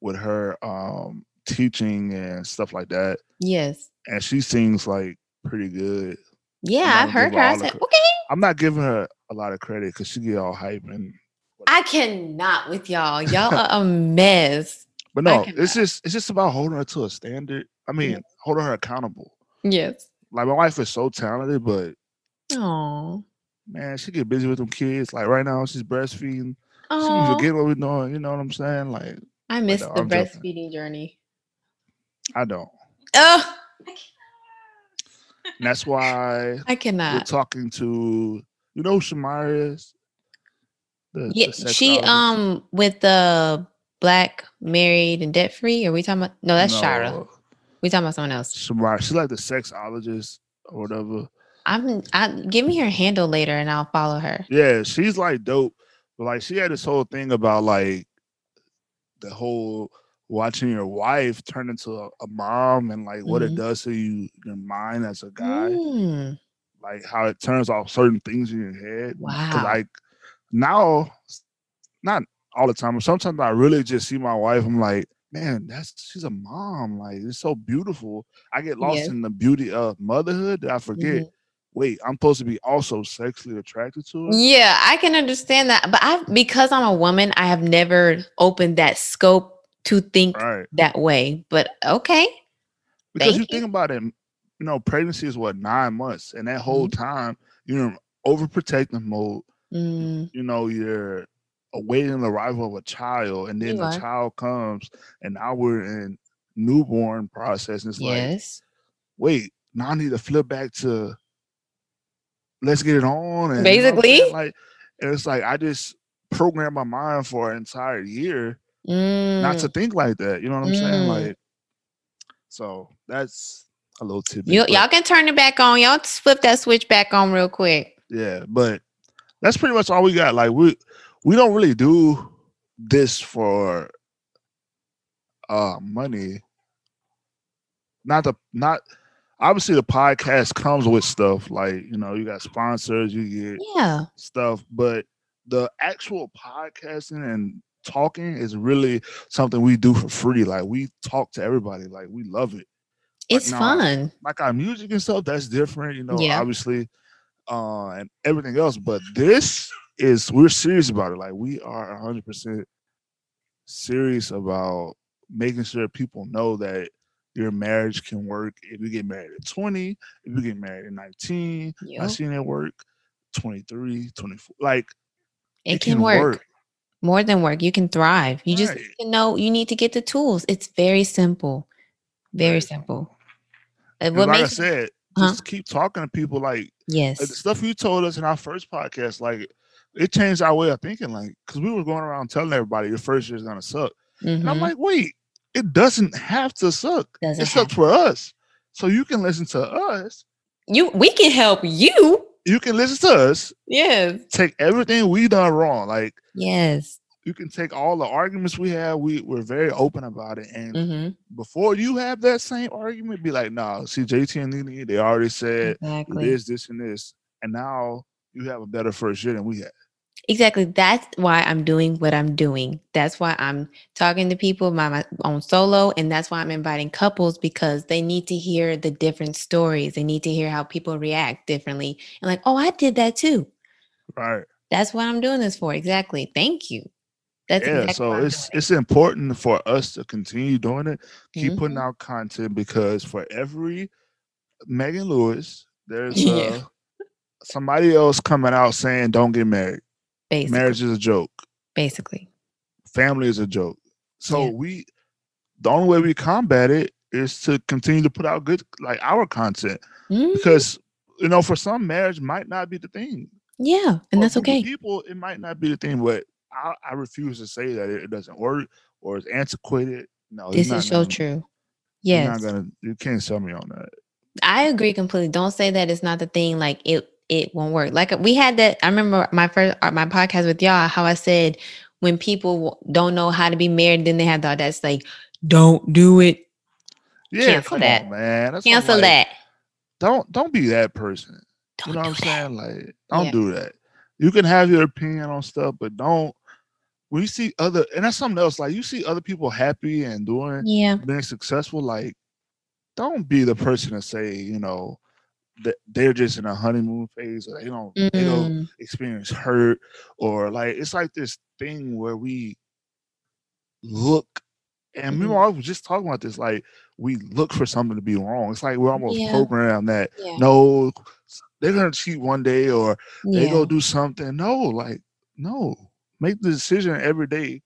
Speaker 2: with her um teaching and stuff like that.
Speaker 1: Yes.
Speaker 2: And she sings like pretty good.
Speaker 1: Yeah,
Speaker 2: not
Speaker 1: I've
Speaker 2: gonna
Speaker 1: heard
Speaker 2: give
Speaker 1: her.
Speaker 2: her
Speaker 1: I
Speaker 2: all the
Speaker 1: said,
Speaker 2: cre-
Speaker 1: okay.
Speaker 2: I'm not giving her a lot of credit because she get all hype and
Speaker 1: I cannot with y'all. Y'all are a mess.
Speaker 2: but
Speaker 1: I
Speaker 2: no,
Speaker 1: cannot.
Speaker 2: it's just it's just about holding her to a standard. I mean, holding her accountable.
Speaker 1: Yes.
Speaker 2: Like my wife is so talented, but
Speaker 1: Oh.
Speaker 2: man, she get busy with them kids. Like right now, she's breastfeeding. She
Speaker 1: Oh.
Speaker 2: forget what we're doing. You know what I'm saying? Like
Speaker 1: I miss
Speaker 2: no,
Speaker 1: the
Speaker 2: I'm joking.
Speaker 1: breastfeeding journey.
Speaker 2: I don't.
Speaker 1: Oh,
Speaker 2: And that's why
Speaker 1: I
Speaker 2: we're
Speaker 1: cannot.
Speaker 2: talking to you know who Shamari is. The, the
Speaker 1: Yeah, she
Speaker 2: sexologist?
Speaker 1: um with the black married and debt free. Are we talking about? No, oh, that's Shara.
Speaker 2: No,
Speaker 1: We talking about someone else.
Speaker 2: Shamari. She's like the sexologist or whatever.
Speaker 1: I'm. I give me her handle later and I'll follow her.
Speaker 2: Yeah, she's like dope. But like she had this whole thing about like the whole watching your wife turn into a, a mom and like what
Speaker 1: Mhm.
Speaker 2: it does to you your mind as a guy.
Speaker 1: Mm,
Speaker 2: Like how it turns off certain things in your head. Cause
Speaker 1: wow.
Speaker 2: like now s- not all the time, but sometimes I really just see my wife. I'm like, man, that's she's a mom. Like it's so beautiful. I get lost
Speaker 1: Yes.
Speaker 2: in the beauty of motherhood that I forget.
Speaker 1: Mhm.
Speaker 2: Wait, I'm supposed to be also sexually attracted to her.
Speaker 1: Yeah, I can understand that, but I because I'm a woman, I have never opened that scope to think
Speaker 2: Right.
Speaker 1: that way. But okay,
Speaker 2: Because
Speaker 1: Thank
Speaker 2: you think about it, you know, pregnancy is what nine months, and that whole
Speaker 1: Mm-hmm.
Speaker 2: time you're in overprotective mode.
Speaker 1: Mm,
Speaker 2: You know, you're awaiting the arrival of a child, and
Speaker 1: You
Speaker 2: then the
Speaker 1: are.
Speaker 2: child comes, and now we're in newborn process, and it's like,
Speaker 1: yes,
Speaker 2: wait, now I need to flip back to let's get it on. And, you know what I'm
Speaker 1: basically.
Speaker 2: saying? like, and it's like I just programmed my mind for an entire year not
Speaker 1: Mm.
Speaker 2: to think like that. You know what I'm saying?
Speaker 1: Mm.
Speaker 2: Like, so that's a little tidbit.
Speaker 1: You,
Speaker 2: but-
Speaker 1: y'all can turn it back on. Y'all just flip that switch back on real quick.
Speaker 2: Yeah, but that's pretty much all we got. Like we we don't really do this for uh money. Not the not obviously the podcast comes with stuff like you know you got sponsors, you get
Speaker 1: Yeah.
Speaker 2: stuff, but the actual podcasting and talking is really something we do for free. Like we talk to everybody, like we love it.
Speaker 1: It's
Speaker 2: no.
Speaker 1: fun.
Speaker 2: Like our music and stuff, that's different, you know,
Speaker 1: Yeah.
Speaker 2: obviously, uh, and everything else. But this is we're serious about it. Like we are hundred percent serious about making sure people know that your marriage can work if you get married at 20, if you get married at 19, I
Speaker 1: Yup.
Speaker 2: seen it work 23, 24. Like
Speaker 1: It, can, work. More than work. You can thrive. You just
Speaker 2: Right.
Speaker 1: need to know you need to get the tools. It's very simple. Very
Speaker 2: Right.
Speaker 1: simple. And
Speaker 2: And
Speaker 1: what
Speaker 2: like I
Speaker 1: makes it-
Speaker 2: said,
Speaker 1: Huh?
Speaker 2: just keep talking to people like like, the
Speaker 1: yes.
Speaker 2: stuff you told us in our first podcast, like it changed our way of thinking, like because we were going around telling everybody your first year's gonna suck, and I'm
Speaker 1: Mhm.
Speaker 2: like, wait, it doesn't have to suck.
Speaker 1: Doesn't
Speaker 2: it sucks
Speaker 1: have-
Speaker 2: for us, so you can listen to us.
Speaker 1: you we can help you.
Speaker 2: You can listen to us.
Speaker 1: Yes.
Speaker 2: Take everything we done wrong. Like
Speaker 1: Yes.
Speaker 2: you can take all the arguments we have. We we're very open about it. And
Speaker 1: hmm
Speaker 2: before you have that same argument, be like, nah, see JT and Nene, they already said
Speaker 1: Exactly.
Speaker 2: this, this, and this, and now you have a better first year than we had.
Speaker 1: Exactly. That's why I'm doing what I'm doing. That's why I'm talking to people my, my on solo, and that's why I'm inviting couples because they need to hear the different stories. They need to hear how people react differently, and like, oh, I did that too.
Speaker 2: Right.
Speaker 1: That's what I'm doing this for. Exactly. Thank you. That's
Speaker 2: yeah
Speaker 1: exactly
Speaker 2: so
Speaker 1: why I'm
Speaker 2: it's
Speaker 1: doing
Speaker 2: it's important for us to continue doing it
Speaker 1: it.
Speaker 2: keep putting
Speaker 1: Mhm.
Speaker 2: out content because for every megan lewis there's
Speaker 1: Yeah.
Speaker 2: uh somebody else coming out saying don't get married
Speaker 1: basically.
Speaker 2: marriage is a joke
Speaker 1: Basically.
Speaker 2: family is a joke so
Speaker 1: Yeah.
Speaker 2: we the only way we combat it is to continue to put out good like our content
Speaker 1: Mm-hmm.
Speaker 2: because you know for some marriage might not be the thing
Speaker 1: Yeah, and
Speaker 2: For a
Speaker 1: that's
Speaker 2: group of
Speaker 1: okay.
Speaker 2: people it might not be the thing but I, I refuse to say that it, it doesn't work or it's antiquated no you're
Speaker 1: This
Speaker 2: not
Speaker 1: is so
Speaker 2: gonna-
Speaker 1: true.
Speaker 2: you're
Speaker 1: Yes.
Speaker 2: not gonna, you can't sell me on that
Speaker 1: I agree completely. Don't say that it's not the thing. Like it, it won't work. Like we had that. I remember my first uh, my podcast with y'all. How I said when people w- don't know how to be married, then they have the audacity like, "Don't do it.
Speaker 2: yeah
Speaker 1: Cancel
Speaker 2: come
Speaker 1: that.
Speaker 2: on man That's what I'm
Speaker 1: Cancel
Speaker 2: like,
Speaker 1: that.
Speaker 2: don't don't be that person
Speaker 1: Don't
Speaker 2: you know
Speaker 1: do
Speaker 2: what i'm
Speaker 1: that."
Speaker 2: saying like don't
Speaker 1: Yeah.
Speaker 2: do that you can have your opinion on stuff but don't when you see other and that's something else like you see other people happy and doing
Speaker 1: Yeah.
Speaker 2: being successful, like don't be the person to say, you know, that they're just in a honeymoon phase or they don't they don't
Speaker 1: Mm.
Speaker 2: experience hurt or like it's like this thing where we look and we
Speaker 1: Mhm.
Speaker 2: were always just talking about this, like we look for something to be wrong. It's like we're almost
Speaker 1: Yeah.
Speaker 2: programmed that
Speaker 1: Yeah.
Speaker 2: no s- they're gonna cheat one day or they
Speaker 1: Yeah.
Speaker 2: go do something. No, like no. Make the decision every day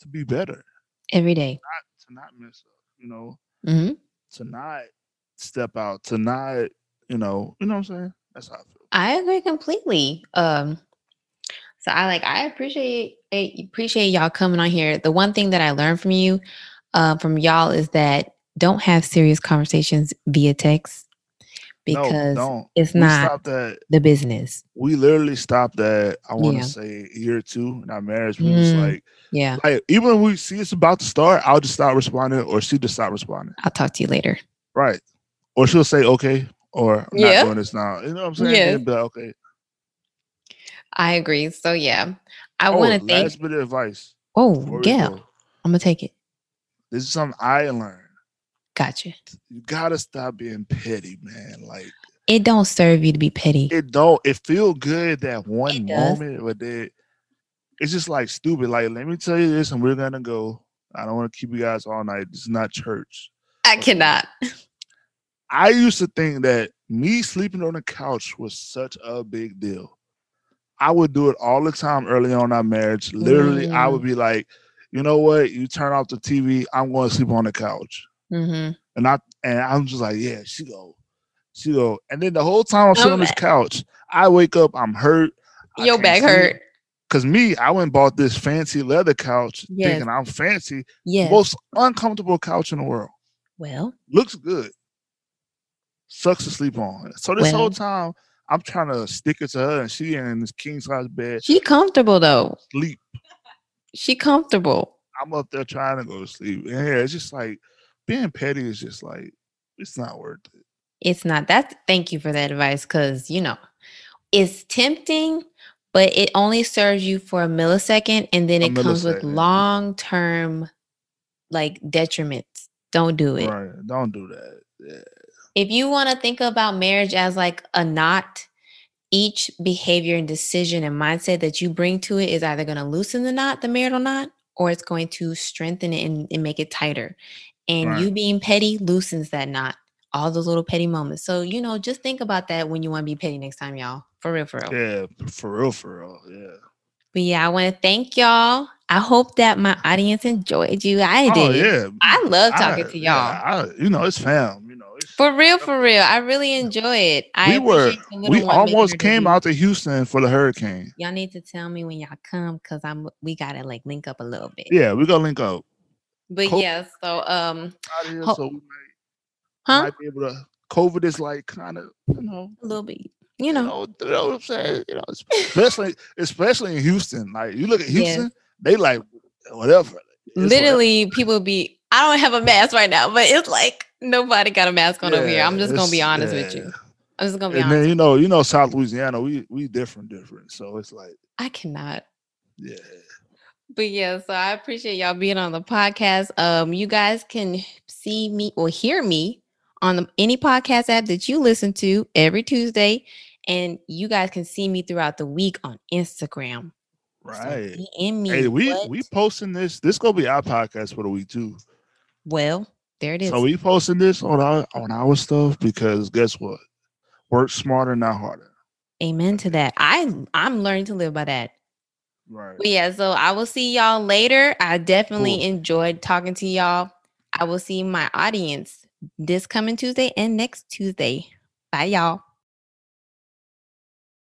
Speaker 2: to be better,
Speaker 1: Every day.
Speaker 2: to not mess up, you know.
Speaker 1: Mhm.
Speaker 2: to not step out, to not, you know, you know what I'm saying? That's how I feel.
Speaker 1: I agree completely. Um, so I like I appreciate I appreciate y'all coming on here. The one thing that I learned from you, uh, from y'all is that don't have serious conversations via text because
Speaker 2: no, don't.
Speaker 1: it's
Speaker 2: we
Speaker 1: not
Speaker 2: stopped that.
Speaker 1: the business.
Speaker 2: We literally stopped that. I want to
Speaker 1: Yeah.
Speaker 2: say a year or two in our marriage. We was
Speaker 1: Mm.
Speaker 2: like,
Speaker 1: Yeah,
Speaker 2: like even when we see it's about to start, I'll just stop responding, or she just stop responding,
Speaker 1: I'll talk to you later.
Speaker 2: right? Or she'll say okay, or I'm
Speaker 1: Yeah.
Speaker 2: not doing this now. You know what I'm saying?
Speaker 1: Yeah.
Speaker 2: Then be like, okay.
Speaker 1: I agree. So yeah, I
Speaker 2: oh,
Speaker 1: want to
Speaker 2: last
Speaker 1: thank.
Speaker 2: bit of advice.
Speaker 1: Oh
Speaker 2: before we
Speaker 1: yeah,
Speaker 2: go.
Speaker 1: I'm gonna take it.
Speaker 2: This is something I learned.
Speaker 1: Gotcha.
Speaker 2: You gotta stop being petty, man. Like.
Speaker 1: It don't serve you to be petty.
Speaker 2: it don't it feel good that one
Speaker 1: does.
Speaker 2: moment but then it's just like stupid like let me tell you this and we're gonna go i don't want to keep you guys all night this is not church
Speaker 1: I cannot.
Speaker 2: i used to think that me sleeping on the couch was such a big deal i would do it all the time early on in our marriage literally i
Speaker 1: Mm.
Speaker 2: would be like you know what you turn off the tv i'm going to sleep on the couch
Speaker 1: hmm
Speaker 2: and i and i'm just like yeah she go she go and then the whole time i'm sitting
Speaker 1: I'm
Speaker 2: on this couch i wake up i'm hurt I
Speaker 1: Um, eh Your
Speaker 2: can't
Speaker 1: back
Speaker 2: sleep.
Speaker 1: hurt.
Speaker 2: Cause me, I went and bought this fancy leather couch,
Speaker 1: Yes.
Speaker 2: thinking I'm fancy.
Speaker 1: Yes.
Speaker 2: Most uncomfortable couch in the world.
Speaker 1: well,
Speaker 2: Looks good. Sucks to sleep on. So this
Speaker 1: Well.
Speaker 2: whole time, I'm trying to stick it to her, and she in this king size bed
Speaker 1: she comfortable though.
Speaker 2: sleep.
Speaker 1: She comfortable.
Speaker 2: I'm up there trying to go to sleep. And yeah, it's just like being petty is just like it's not worth it.
Speaker 1: It's not that. Thank you for that advice because, you know, it's tempting, but it only serves you for a millisecond and then
Speaker 2: A
Speaker 1: it comes with
Speaker 2: millisecond.
Speaker 1: long term like detriments. Don't do it.
Speaker 2: Right? Don't do that. Yeah.
Speaker 1: If you want to think about marriage as like a knot, each behavior and decision and mindset that you bring to it is either going to loosen the knot, the marital knot, or it's going to strengthen it and, and make it tighter. And
Speaker 2: Right.
Speaker 1: you being petty loosens that knot, all those little petty moments. So, you know, just think about that when you want to be petty next time, y'all. For real, for real.
Speaker 2: Yeah. For real. For real. Yeah.
Speaker 1: But yeah, I want to thank y'all. I hope that my audience enjoyed you. I
Speaker 2: oh
Speaker 1: did.
Speaker 2: yeah.
Speaker 1: I love talking
Speaker 2: I-
Speaker 1: to y'all.
Speaker 2: Yeah, I, you know, it's fam. You know, it's
Speaker 1: For real, for real. I really enjoy it. I
Speaker 2: we were
Speaker 1: appreciate the little
Speaker 2: we
Speaker 1: one making
Speaker 2: almost
Speaker 1: her
Speaker 2: came
Speaker 1: debut.
Speaker 2: out to Houston for the hurricane.
Speaker 1: Y'all need to tell me when y'all come because I'm we gotta like link up a little bit.
Speaker 2: Yeah, we're gonna link up.
Speaker 1: But
Speaker 2: Cool.
Speaker 1: yeah, so um,
Speaker 2: Out here,
Speaker 1: Ho-
Speaker 2: so we might,
Speaker 1: huh?
Speaker 2: might be able to. COVID is like kind of you know
Speaker 1: A little bit, you know.
Speaker 2: you know what I'm saying you know especially especially in Houston like you look at
Speaker 1: Yes.
Speaker 2: Houston they like whatever It's whatever.
Speaker 1: Literally, people be. I don't have a mask right now, but it's like nobody got a mask on over here. I'm
Speaker 2: Yeah,
Speaker 1: just gonna be
Speaker 2: it's-
Speaker 1: honest with
Speaker 2: yeah.
Speaker 1: you. I'm just gonna be
Speaker 2: And
Speaker 1: honest.
Speaker 2: then you know you know South Louisiana we we different different so it's like
Speaker 1: I cannot.
Speaker 2: yeah
Speaker 1: But yeah, so I appreciate y'all being on the podcast. Um, you guys can see me or hear me on the, any podcast app that you listen to every Tuesday, and you guys can see me throughout the week on Instagram. So
Speaker 2: right.
Speaker 1: DM me.
Speaker 2: Hey, we
Speaker 1: what-
Speaker 2: we posting this. This gonna be our podcast for the week too.
Speaker 1: well, there it is.
Speaker 2: So we posting this on our on our stuff because guess what? Work smarter, not harder.
Speaker 1: Amen to that. I I'm learning to live by that.
Speaker 2: Right.
Speaker 1: But yeah, so I will see y'all later. I definitely
Speaker 2: Cool.
Speaker 1: enjoyed talking to y'all. I will see my audience this coming Tuesday and next Tuesday. Bye, y'all.